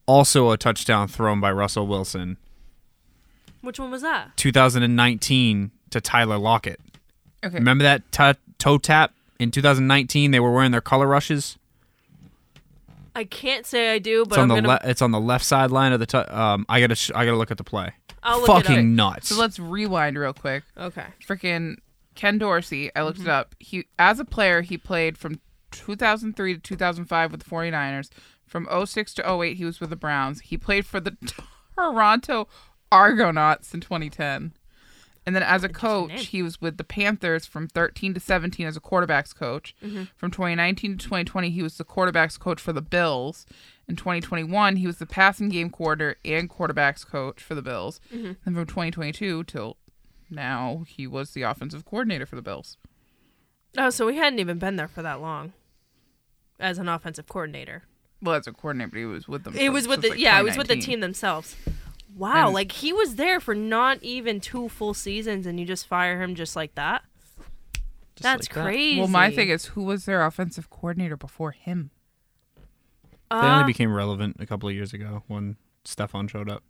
A: Also, a touchdown thrown by Russell Wilson,
C: Which one was that?
A: 2019 to Tyler Lockett.
B: Okay.
A: Remember that t- toe tap in 2019? They were wearing their color rushes.
C: I can't say I do, but
A: it's on
C: I'm
A: the
C: gonna.
A: le- it's on the left sideline of the. T- um, I gotta sh- I gotta look at the play.
C: I'll look it up.
A: Fucking nuts.
B: So let's rewind real quick.
C: okay.
B: Freaking Ken Dorsey, I looked it
A: Mm-hmm.
B: up. He as a player, he played from 2003 to 2005 with the 49ers. From 06 to 08, he was with the Browns. He played for the Toronto Argonauts in 2010. And then as a coach, he was with the Panthers from 13 to 17 as a quarterbacks coach.
C: Mm-hmm.
B: From 2019 to 2020, he was the quarterbacks coach for the Bills. In 2021, he was the passing game coordinator and quarterbacks coach for the Bills.
C: Mm-hmm.
B: And from 2022 till now, he was the offensive coordinator for the Bills.
C: Oh, so we hadn't even been there for that long as an offensive coordinator.
B: Well, as a coordinator, but he was with them.
C: It
B: from-
C: was with
B: since,
C: the
B: like,
C: yeah, it was with the
B: 2019.
C: team themselves. Wow,
A: And-
C: like he was there for not even two full seasons, and you just fire him just like that?
A: Just
C: That's
A: like that.
C: crazy.
B: Well, my thing is, who was their offensive coordinator before him?
A: They
C: Uh,
A: only became relevant a couple of years ago when Stefan showed up.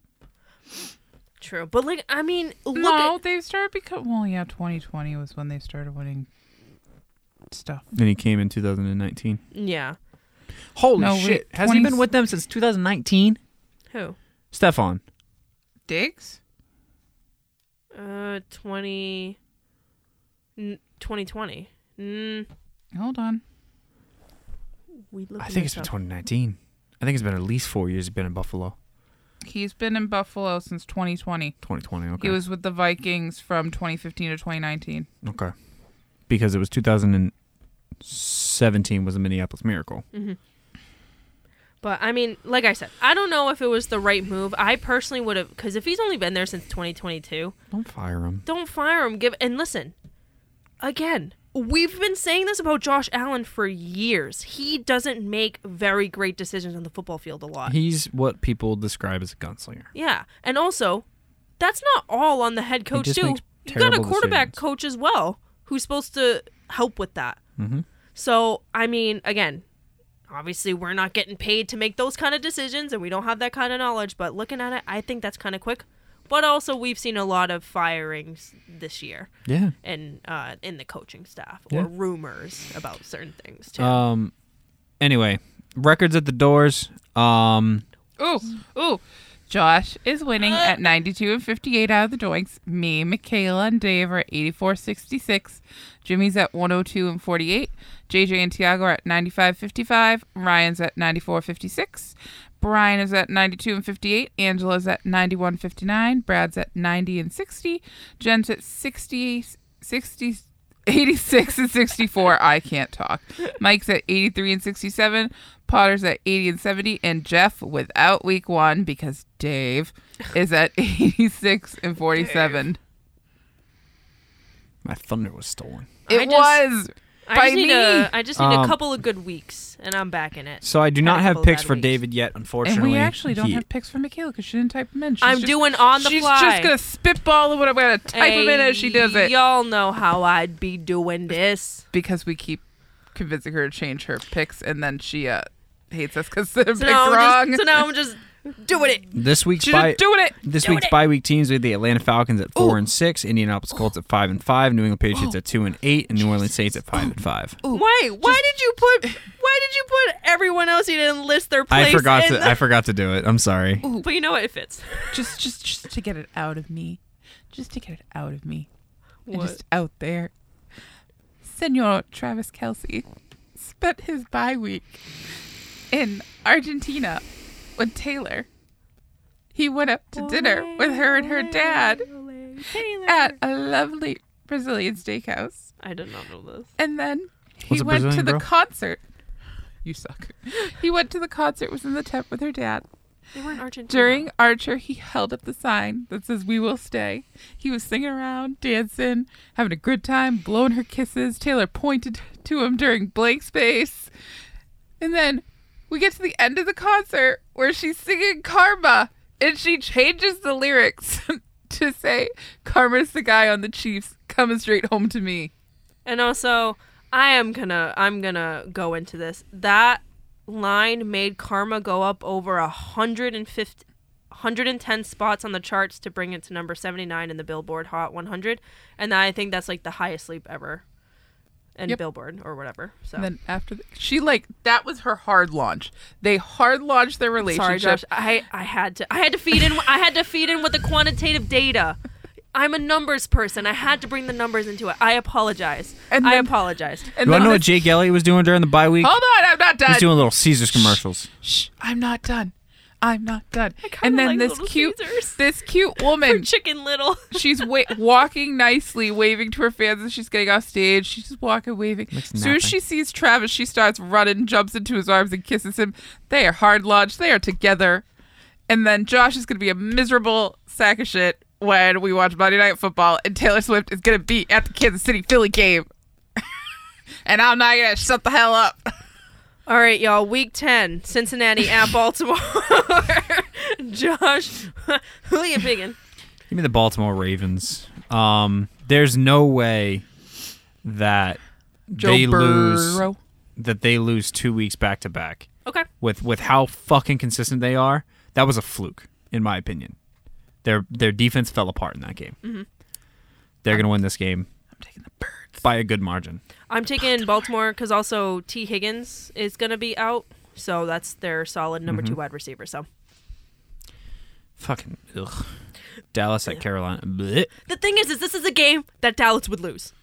C: true, but like I mean, look
B: no,
C: at
B: they started because well, yeah, 2020 was when they started winning stuff.
A: Then he came in 2019.
C: yeah,
A: Holy
B: No,
A: shit!
B: wait,
A: Has he
B: 20
A: been with them since 2019?
C: who?
A: Stefan.
B: Diggs?
C: Uh, 20, n- 2020. Mm,
B: Hold on.
C: we
A: I think it's been 2019. I think it's been at least four years. He's been in Buffalo.
B: He's been in Buffalo since 2020.
A: 2020. Okay.
B: He was with the Vikings from 2015 to 2019.
A: okay. Because it was 2017 was a Minneapolis Miracle.
C: Mm. But I mean, like I said, I don't know if it was the right move. I personally would have, because if he's only been there since 2022,
A: Don't fire him.
C: don't fire him. Give and listen. Again, we've been saying this about Josh Allen for years. He doesn't make very great decisions on the football field a lot.
A: He's what people describe as a gunslinger.
C: yeah, and also, that's not all on the head coach
A: just
C: too.
A: makes
C: You got a
A: terrible
C: quarterback
A: decisions.
C: coach as well who's supposed to help with that.
A: Mm-hmm.
C: So I mean, again. Obviously, we're not getting paid to make those kind of decisions, and we don't have that kind of knowledge. But looking at it, I think that's kind of quick. But also, we've seen a lot of firings this year
A: Yeah.
C: and uh, in the coaching staff
A: Yeah.
C: or rumors about certain things
B: Uh,
C: too.
A: Um. Anyway, records at the doors. Um.
B: Ooh, ooh. Josh is winning at 92 and 58 out of the doinks. Me, Michaela, and Dave are at 84 66. Jimmy's at 102 and 48. JJ and Tiago are at 95 55. Ryan's at 94 56. Brian is at 92 and 58. Angela's at 91 59. Brad's at 90 and 60. Jen's at 60, 60 86 and 64. I can't talk. Mike's at 83 and 67. Potter's at 80 and 70. And Jeff, without week one, because Dave is at 86 and 47.
A: My thunder was stolen.
C: I
B: It
C: just-
B: was
C: I
B: by
C: just need
B: me.
C: a I just need
A: Um,
C: a couple of good weeks, and I'm back in it.
A: So I do
C: Had a
A: not have
C: couple of
A: picks
C: bad
A: for
C: weeks.
A: David yet,
B: and
A: unfortunately.
B: we actually don't
A: He-
B: have picks for Michaela because she didn't type them in. She's
C: I'm
B: just-
C: doing on the
B: She's
C: fly.
B: just gonna spitball what I'm gonna type them in as she does it
C: Y'all know how I'd be doing this.
B: because we keep convincing her to change her picks, and then she uh, hates us because the picks
C: So now,
B: wrong.
C: I'm just, so now I'm just doing it.
A: This week's
B: She's
A: bye.
B: just doing it.
A: This week's bye week teams with the Atlanta Falcons at four and six, Indianapolis Colts at five and five, New England Patriots at two and eight, and New Orleans Saints at five and five.
C: Wait, why did you put? Why did you put everyone else? You didn't list their place.
A: I forgot
C: in
A: to
C: the-
A: I forgot to do it. I'm sorry.
C: but you know what? It fits.
B: just just just to get it out of me just to get it out of me and
C: What?
B: just out there senor travis kelsey spent his bye week in argentina with taylor he went up to dinner with her and her dad at a lovely brazilian steakhouse
C: I did not know this.
B: and then he
A: Was it
B: went to
A: Brazilian,
B: the
A: bro?
B: concert you suck he went to the concert was in the tent with her dad
C: They were in Argentina.
B: during Archer, he held up the sign that says, We will stay. He was singing around, dancing, having a good time, blowing her kisses. Taylor pointed to him during blank space. And then we get to the end of the concert where she's singing Karma and she changes the lyrics to say, Karma's the guy on the Chiefs coming straight home to me.
C: And also, I am gonna I'm gonna go into this. That line made Karma go up over a hundred and fifty. 110 spots on the charts to bring it to number 79 in the Billboard Hot 100, and I think that's like the highest leap ever in
B: Yep.
C: Billboard or whatever. So
B: And then after the, she, like, that was her hard launch. They hard launched their relationship.
C: sorry, Josh. I, I had to I had to feed in I had to feed in with the quantitative data. I'm a numbers person. I had to bring the numbers into it. I apologize.
B: And
C: I
B: then-
C: apologize.
B: And
A: You want
B: then
A: to know
B: the-
A: what Jake Elliott was doing during the bye week?
B: Hold on, I'm not done.
A: He's doing little Caesars commercials.
B: shh, I'm not done. I'm not done.
C: kinda
B: And then
C: like
B: this
C: Little
B: cute,
C: Caesars.
B: this cute woman,
C: Chicken Little.
B: she's wa- walking nicely, waving to her fans as she's getting off stage. She's just walking, waving.
A: Looks
B: As soon as
A: nappy.
B: she sees Travis, she starts running, jumps into his arms, and kisses him. They are hard lodged. They are together. And then Josh is going to be a miserable sack of shit when we watch Monday Night Football, and Taylor Swift is going to be at the Kansas City Philly game. and I'm not going to shut the hell up.
C: All right, y'all. Week 10, Cincinnati at Baltimore. Josh who you picking?
A: Give me the Baltimore Ravens. Um, there's no way that
B: Joe
A: they lose
B: Burrow.
A: that they lose two weeks back to back
C: Okay.
A: with with how fucking consistent they are. That was a fluke, in my opinion. Their their defense fell apart in that game. They're gonna win this game
B: Mm-hmm. I'm taking the birds.
A: by a good margin.
C: I'm taking Baltimore because also T. Higgins is gonna be out, so that's their solid number
A: Mm-hmm.
C: two wide receiver. So
A: Fucking ugh. Dallas at Carolina. Blech.
C: the thing is, is this is a game that Dallas would lose.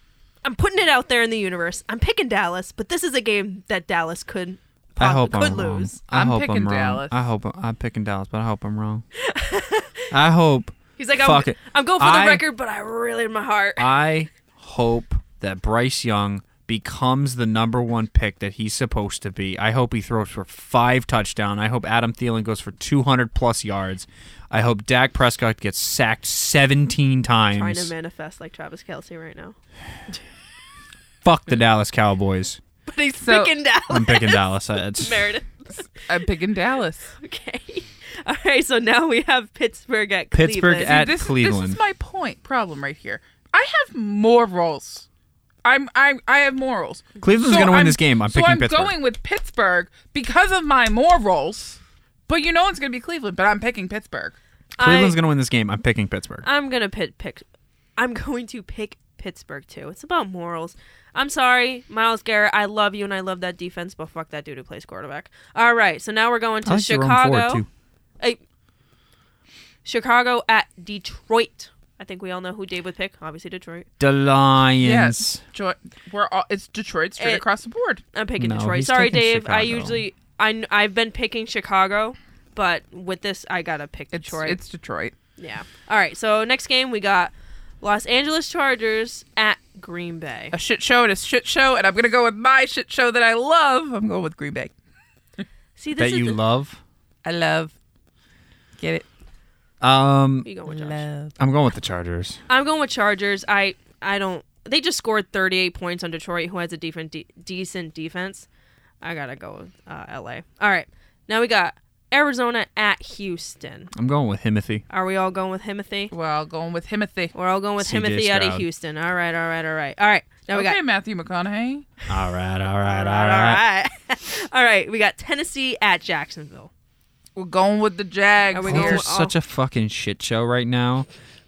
C: I'm putting it out there in the universe. I'm picking Dallas, but this is a game that Dallas could
A: I hope
C: could
A: I'm wrong.
C: lose.
A: I
B: I'm
A: hope
B: picking
A: I'm wrong.
B: Dallas.
A: I hope I'm picking Dallas, but I hope I'm wrong. I hope.
C: He's like,
A: Fuck
C: I'm,
A: it.
C: I'm going for the
A: I-
C: record, but I really in my heart.
A: I hope that Bryce Young becomes the number one pick that he's supposed to be. I hope he throws for five touchdowns. I hope Adam Thielen goes for 200 plus yards. I hope Dak Prescott gets sacked 17
C: trying to
A: times.
C: manifest like Travis Kelsey right now.
A: Fuck the Dallas Cowboys.
C: But he's
B: So-
C: picking Dallas.
A: I'm picking Dallas. I- it's-
C: Meredith.
B: I'm picking Dallas.
C: Okay. All right. So now we have Pittsburgh at
A: Pittsburgh
C: Cleveland.
A: at-
B: this, This
A: Cleveland.
B: is my point problem right here. I have morals. I'm I I have morals.
A: Cleveland's gonna win this game. I'm
B: so
A: picking
B: I'm
A: Pittsburgh.
B: going with Pittsburgh because of my morals. But you know it's gonna be Cleveland. But I'm picking Pittsburgh.
A: Cleveland's
C: I,
A: going to win this game. I'm picking Pittsburgh.
C: I'm gonna pick pick. I'm going to pick Pittsburgh too. It's about morals. I'm sorry, Miles Garrett. I love you and I love that defense, but fuck that dude who plays quarterback. All right. So now we're going to
A: I like Jerome
C: Chicago.
A: Ford, too.
C: Hey, Chicago at Detroit. I think we all know who Dave would pick. Obviously Detroit.
A: The Lions.
B: Jo- we're all it's Detroit straight
C: It-
B: across the board.
C: I'm picking
A: No,
C: Detroit.
A: he's
C: Sorry,
A: taking
C: Dave.
A: Chicago.
C: I usually I kn- I've been picking Chicago, but with this I gotta pick
B: It's
C: Detroit.
B: it's Detroit.
C: yeah. All right. So next game we got Los Angeles Chargers at Green Bay.
B: A shit show and a shit show, and I'm gonna go with my shit show that I love. I'm going with Green Bay.
C: See, this
A: That
C: is
A: you
C: the-
A: love.
B: I love. Get it?
A: Um,
C: You going with Oh, Josh?
A: I'm going with the Chargers.
C: I'm going with Chargers. I I don't. They just scored 38 points on Detroit, who has a different de- decent defense. I gotta go with uh, L.A. All right. Now we got Arizona at Houston.
A: I'm going with Himothy.
C: Are we all going with Himothy?
B: Well, going with Himothy.
C: We're all going with
A: CJ
C: Himothy out of
A: Stroud.
C: Houston. All right. All right. All right. All right. Now we got
B: okay, Matthew McConaughey.
A: All right, all right, all
C: All
A: right.
C: right. All right. We got Tennessee at Jacksonville.
B: We're going with the Jags.
C: Are we
B: here.
C: going
A: They're
C: with-
A: such a fucking shit show right now,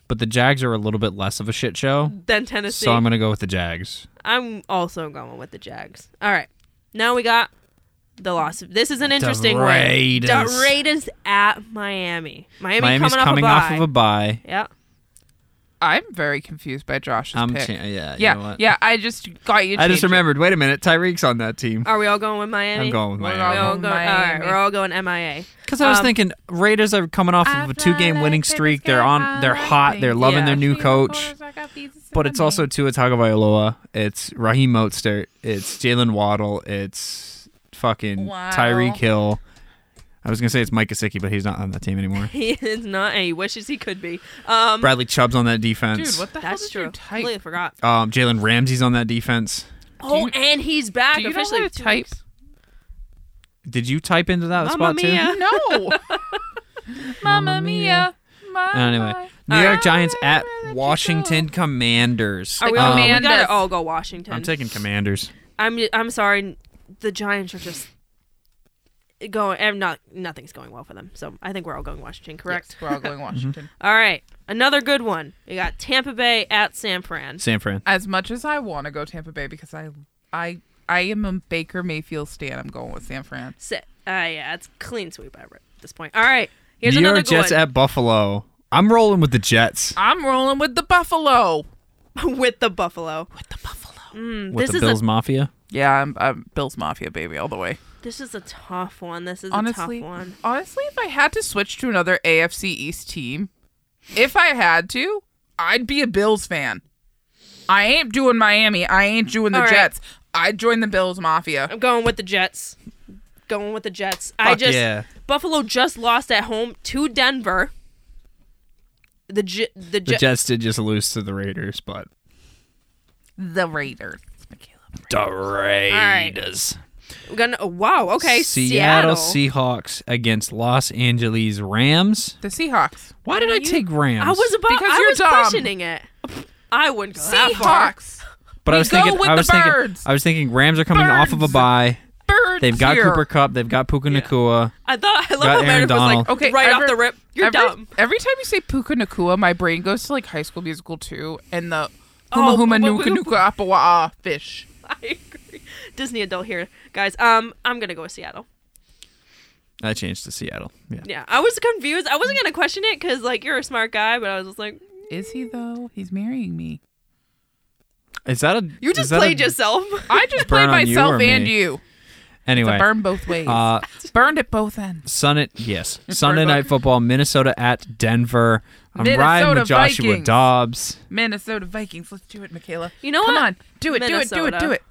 A: but the Jags are a little bit less of a shit show.
C: Then Tennessee.
A: So I'm gonna go with the Jags.
C: I'm also going with the Jags. All right. Now we got the loss. This is an interesting one.
A: Raiders.
C: The Raiders at Miami. Miami
A: Miami's
C: coming,
A: coming
C: off a
A: off
C: bye.
A: of a bye.
C: yeah.
B: I'm very confused by Josh's
A: I'm
B: pick.
A: cha- yeah, you
B: yeah,
A: know what?
B: yeah. I just got you.
A: I just
B: changed it.
A: remembered. Wait a minute, Tyreek's on that team.
C: Are we all going with Miami?
A: I'm going with
B: We're
C: We're all
A: Miami
B: going-
C: going. All right.
B: Miami.
C: We're all going MIA.
A: because I was
C: um,
A: thinking Raiders are coming off
B: I
A: of a
B: fly
A: two-game
B: like
A: winning
B: Vegas
A: streak.
B: girl,
A: They're
B: I
A: on. They're
B: like
A: hot. They're loving
C: Yeah.
A: their new coach. But it's also Tua Tagovailoa. It's Raheem Mostert. It's Jalen Waddle. It's fucking
B: Wow.
A: Tyreek Hill. I was gonna say it's Mike Gesicki, but he's not on that team anymore.
C: He is not. and He wishes he could be. Um,
A: Bradley Chubb's on that defense.
B: dude. What the hell
C: that's
B: did
C: true.
B: you type?
C: Completely forgot.
A: um, Jalen Ramsey's on that defense.
C: Oh,
B: you-
C: and he's back
B: Do you know
C: officially.
B: how to
C: two
B: type?
C: weeks.
A: Did you type into that
C: Mamma
A: spot too?
C: mia.
B: No. Mamma mia. My,
A: Anyway, New
C: All
A: York
C: right.
A: Giants at
B: Where did you
A: Washington Commanders.
C: Are we all?
A: Um,
C: we gotta
B: Commanders.
C: all go Washington.
A: I'm taking Commanders.
C: I'm I'm sorry, the Giants are just going. And not nothing's going well for them. So I think we're all going Washington. Correct.
B: Yes, we're all going Washington.
A: Mm-hmm.
C: All right, another good one. We got Tampa Bay at San Fran.
A: San Fran.
B: As much as I want to go Tampa Bay because I, I, I am a Baker Mayfield stan. I'm going with San Fran.
C: Sa- uh, yeah, it's clean sweep at this point. All right, here's
A: New
C: another
A: York
C: good
A: Jets
C: one Uh,
A: at Buffalo. I'm rolling with the Jets.
B: I'm rolling with the Buffalo.
C: with the Buffalo.
B: With the Buffalo.
C: Mm,
A: With
C: this
A: the
C: is
A: Bills
C: a
A: Mafia.
B: Yeah, I'm, I'm Bill's Mafia baby all the way.
C: this is a tough one. This is
B: honestly,
C: a tough one.
B: honestly, if I had to switch to another AFC East team, if I had to, I'd be a Bills fan. I ain't doing Miami. I ain't doing the
C: All right.
B: Jets. I'd join the Bills Mafia.
C: I'm going with the Jets. Going with the Jets. I
A: Fuck
C: just
A: yeah.
C: Buffalo just lost at home to Denver. The J- the,
A: The
C: Jets.
A: Jets did just lose to the Raiders, but
B: The Raiders.
A: the Raiders.
C: We're gonna. oh, wow. Okay.
A: Seattle
C: Seattle.
A: Seahawks against Los Angeles Rams.
B: The Seahawks.
A: Why did I
C: You-
A: take Rams?
C: I was about.
B: Because
C: I
B: you're
C: was
B: dumb.
C: questioning it. I wouldn't go that far.
B: Seahawks.
A: but I
B: we
A: was
B: go
A: thinking.
B: with
A: I
B: the
A: was thinking.
B: birds.
A: I was thinking Rams are coming off of a
B: Birds.
A: bye.
B: Birds.
A: They've got
B: here.
A: Cooper Cup. They've got Puka Nakua.
C: I thought. I love
A: Got
C: how
A: Aaron
C: Meredith was
A: Donald.
C: like,
B: Okay,
C: okay, right
B: every-
C: off the rip, you're
B: every,
C: dumb.
B: Every time you say Puka Nakua, my brain goes to like High School Musical 2 and the Huma
C: Oh,
B: Huma
C: Huma
B: Nuka
C: Huma.
B: Nuka Apawa'a fish.
C: I agree. Disney adult here, guys. Um, I'm gonna go with Seattle.
A: I changed to Seattle. Yeah.
C: Yeah, I was confused. I wasn't gonna question it because like you're a smart guy, but I was just like,
B: Is he though? He's marrying me.
A: Is that a?
C: you
A: is
C: just
A: that a-
C: played yourself.
B: I just
A: Burn
B: played
A: on you or
B: myself and
A: me?
B: you.
A: Anyway,
B: To burn both ways.
A: uh,
B: Burned at both ends.
A: Sunday, yes, Sunday
B: Burn
A: night football. Minnesota at Denver. I'm riding
B: Minnesota
A: with Joshua
B: Vikings.
A: Dobbs.
B: Minnesota Vikings. Let's do it, Michaela.
C: You know
B: Come
C: what?
B: on. Do it, do it, do it, do
C: Minnesota.
B: it.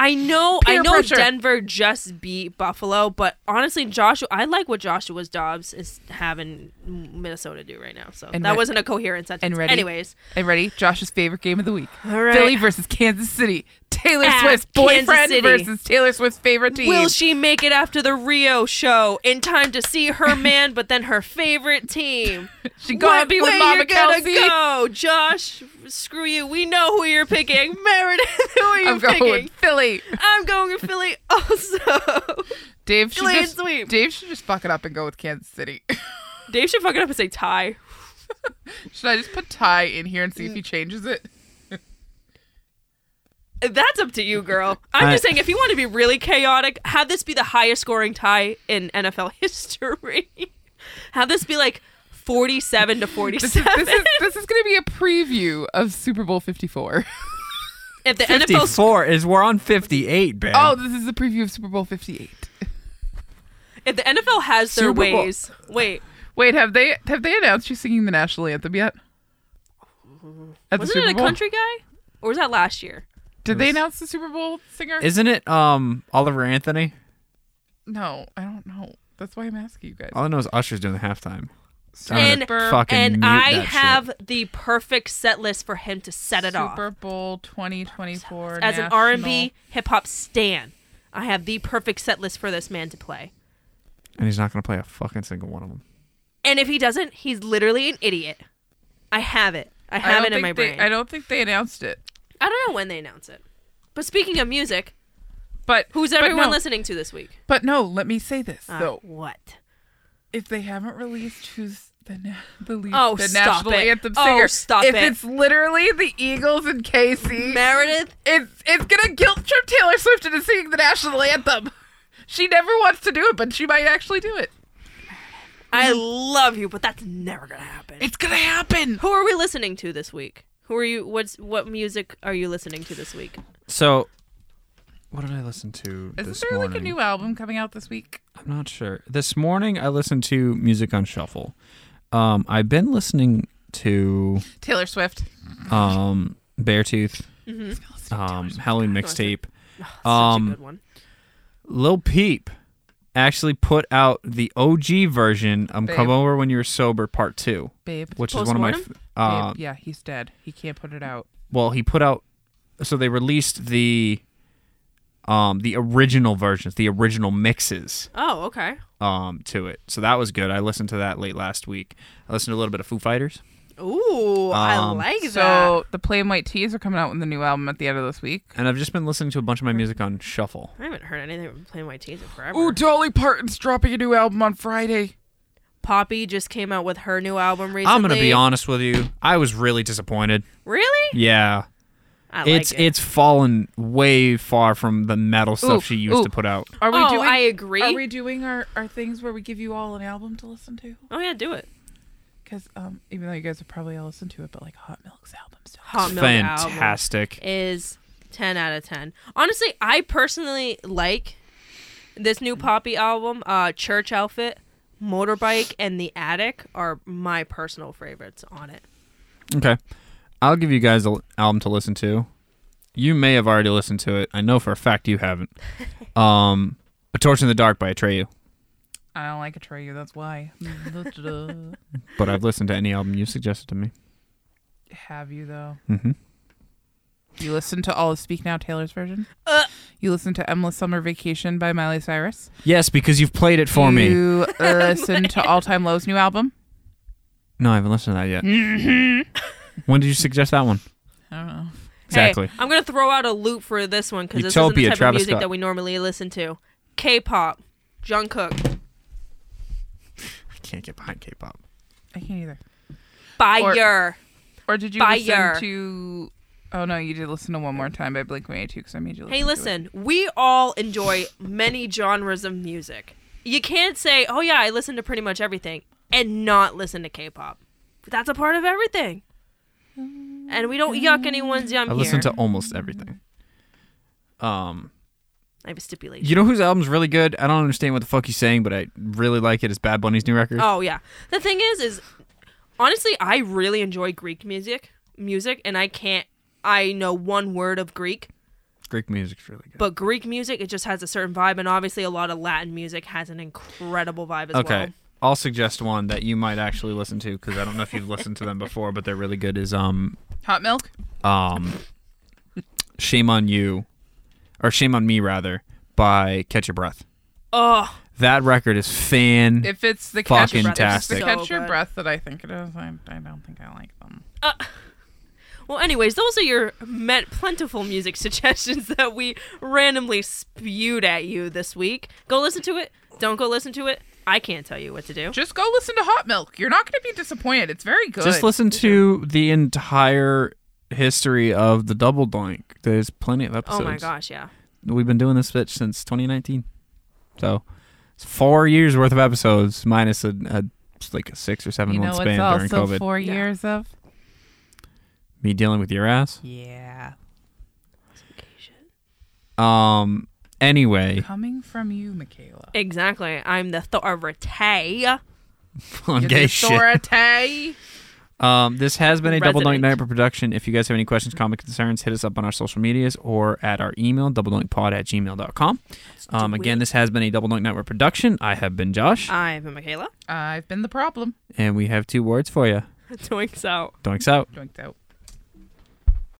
C: I know, I
B: Peer
C: know,
B: pressure.
C: Denver just beat Buffalo, but honestly, Joshua, I like what Joshua's Dobbs is having Minnesota do right now. So
B: And
C: that
B: re-
C: wasn't a coherent sentence.
B: and ready?
C: anyways,
B: And ready? Josh's favorite game of the week.
C: All right.
B: Philly versus Kansas City. Taylor
C: Ah,
B: Swift's
C: Kansas
B: boyfriend
C: City.
B: versus Taylor Swift's favorite team.
C: will she make it after the Rio show in time to see her man, but then her favorite team?
B: She gonna
C: What
B: be with
C: way
B: Mama
C: you gonna
B: Kelsey?
C: go, Josh? Screw you. We know who you're picking, Meredith. Who are you
B: I'm
C: picking?
B: going with Philly.
C: I'm going with Philly also.
B: Dave should
C: Philly and
B: just
C: sweep.
B: Dave should just fuck it up and go with Kansas City.
C: Dave should fuck it up and say tie.
B: should I just put Ty in here and see if he changes it?
C: That's up to you, girl. I'm
A: I-
C: just saying, if you want to be really chaotic, have this be the highest scoring tie in NFL history. have this be like 47 to
B: This is,
C: 47.
B: this is this is gonna be a preview of Super Bowl 54.
C: if the NFL, sc-
A: Fifty-four is we're on fifty-eight, Ben.
B: Oh, this is the preview of Super Bowl 58.
C: if the NFL has their
A: Super Bowl-
C: ways, wait,
B: Wait, have they have they announced you singing the national anthem yet? At the
C: wasn't
B: Super
C: it a
B: Bowl?
C: country guy, or was that last year?
B: Did they announce the Super Bowl singer?
A: isn't it um Oliver Anthony?
B: no, I don't know. That's why I'm asking you guys.
A: All I know is Usher's doing the halftime.
C: And-
B: Super,
A: fucking
C: And
A: mute
C: I
A: that shit.
C: have the perfect set list for him to set it off
B: Super Bowl 2024
C: as an
B: national-
C: R and B hip hop stan. I have the perfect set list for this man to play.
A: and he's not gonna play a fucking single one of them.
C: And if he doesn't, he's literally an idiot. I have it. I
B: I
C: have
B: don't
C: it in
B: think
C: my
B: they-
C: brain.
B: I don't think they announced it.
C: I don't know when they announce it. But speaking of music,
B: But
C: who's
B: but
C: everyone
B: no,
C: listening to this week?
B: But no, let me say this
C: Uh,
B: though:
C: what?
B: if they haven't released who's the na- the, lead,
C: Oh,
B: the
C: stop
B: national
C: it.
B: anthem
C: Oh,
B: singer,
C: stop
B: if
C: it.
B: it's literally the Eagles and KC,
C: Meredith?
B: it's it's gonna guilt trip Taylor Swift into singing the national anthem. She never wants to do it, but she might actually do it.
C: I
B: Mm.
C: love you, but that's never gonna happen.
B: It's gonna happen.
C: Who are we listening to this week? Who are you what's what music are you listening to this week?
A: So, what did I listen to
B: Isn't
A: this
B: there
A: morning?
B: like a new album coming out this week?
A: I'm not sure. This morning I listened to music on shuffle. Um, I've been listening to
B: Taylor Swift.
A: um Beartooth,
B: Mm-hmm.
A: um Halloween mixtape.
C: Such
A: Um,
C: a good one.
A: Lil Peep actually put out the OG version. Um,
B: Babe.
A: come over when you're sober, part two,
B: Babe.
A: which is one of my. f-
C: Postmortem?
A: Uh,
B: yeah, he's dead. He can't put it out.
A: well, he put out. So they released the, um, the original versions, the original mixes.
C: Oh, okay.
A: um to it. So that was good. I listened to that late last week. I listened to a little bit of Foo Fighters.
C: Ooh, I
A: Um,
C: like that.
B: So the Plain White Tees are coming out with the new album at the end of this week.
A: And I've just been listening to a bunch of my music on shuffle.
C: I haven't heard anything from Plain White Tees in forever.
B: Ooh, Dolly Parton's dropping a new album on Friday.
C: Poppy just came out with her new album recently.
A: I'm going to be honest with you. I was really disappointed.
C: Really?
A: Yeah.
C: I like
A: it's
C: it.
A: it's fallen way far from the metal stuff
B: Ooh,
A: she used
B: ooh.
A: to put out.
B: Are we
C: oh,
B: doing?
C: I agree.
B: Are we doing our, our things where we give you all an album to listen to?
C: oh yeah, do it.
B: Because um, even though you guys have probably all listened to it, but like Hot Milk's album still.
C: Hot Milk album.
A: Fantastic.
C: is 10 out of 10. Honestly, I personally like this new Poppy album, uh, Church Outfit, Motorbike, and The Attic are my personal favorites on it.
A: Okay. I'll give you guys an album to listen to. You may have already listened to it. I know for a fact you haven't. Um A Torch in the Dark by Atreyu,
B: I don't like Atreyu. That's why.
A: but I've listened to any album you suggested to me.
B: have you though?
A: Mhm.
B: You listened to all of Speak Now Taylor's version?
C: Uh,
B: You listened to Endless Summer Vacation by Miley Cyrus.
A: Yes, because you've played it for me.
B: You listened to All Time Low's new album.
A: No, I haven't listened to that yet.
C: Mm-hmm.
A: when did you suggest that one?
B: I don't know.
A: Exactly.
C: Hey, I'm gonna throw out a loop for this one because this isn't the
A: Utopia,
C: type
A: Travis
C: of music
A: Scott.
C: that we normally listen to. K-pop, Jungkook,
A: I can't get behind K-pop.
B: I can't either.
C: Fire.
B: Or did you
C: Fire.
B: listen to? Oh no, you did listen to one more time by Blink One Eighty Two because I made you. Listen
C: Hey,
B: to it.
C: listen, we all enjoy many genres of music. You can't say, "Oh yeah, I listen to pretty much everything," and not listen to K-pop. That's a part of everything. And we don't yuck anyone's yum
A: I
C: here.
A: listen to almost everything. Um,
C: I have a stipulation.
A: you know whose album's really good? I don't understand what the fuck he's saying, but I really like it. It's Bad Bunny's new record.
C: Oh yeah. The thing is, is honestly, I really enjoy Greek music, music, and I can't. I know one word of Greek,
A: Greek music's really good.
C: but Greek music it just has a certain vibe, and obviously, a lot of Latin music has an incredible vibe as
A: okay,
C: well.
A: I'll suggest one that you might actually listen to because I don't know if you've listened to them before, but they're really good. Is um
B: Hot Milk.
A: um, "Shame on You," or "Shame on Me" rather, by Catch Your Breath.
C: Oh,
A: That record is fan.
B: If it's the catch,
A: Fucking
B: if it's the
A: tastic.
B: catch
C: So
B: your
C: good.
B: breath that I think it is, I, I don't think I like them.
C: well. Anyways, those are your met plentiful music suggestions that we randomly spewed at you this week. Go listen to it. Don't go listen to it. I can't tell you what to do.
B: Just go listen to Hot Milk. You're not going to be disappointed. It's very good.
A: Just listen to the entire history of the Double Doink. There's plenty of
C: Oh
A: episodes.
C: my gosh, yeah.
A: We've been doing this bitch since 2019, so it's four years worth of episodes minus a, a like a six or seven
B: You know
A: month
B: it's
A: span during
B: also
A: COVID.
B: four
C: Yeah.
B: years of.
A: Me dealing with your ass.
B: Yeah.
A: Um. Anyway,
B: Coming from you, Michaela.
C: Exactly. I'm the authority.
A: on
B: You're
A: gay
B: the
A: shit.
B: authority.
A: Um, this has been a Double Doink
C: Resident.
A: Night production. If you guys have any questions, comment, concerns, hit us up on our social medias or at our email, doubledoinkpod at gmail.com. Um,
C: do it.
A: again, this has been a Double Doink Network production. I have been
B: Uh,
A: Josh,
C: I'm Michaela.
B: I've been the problem.
A: and we have two words for you.
C: Doinks out.
A: Doinks out.
B: Doinked out.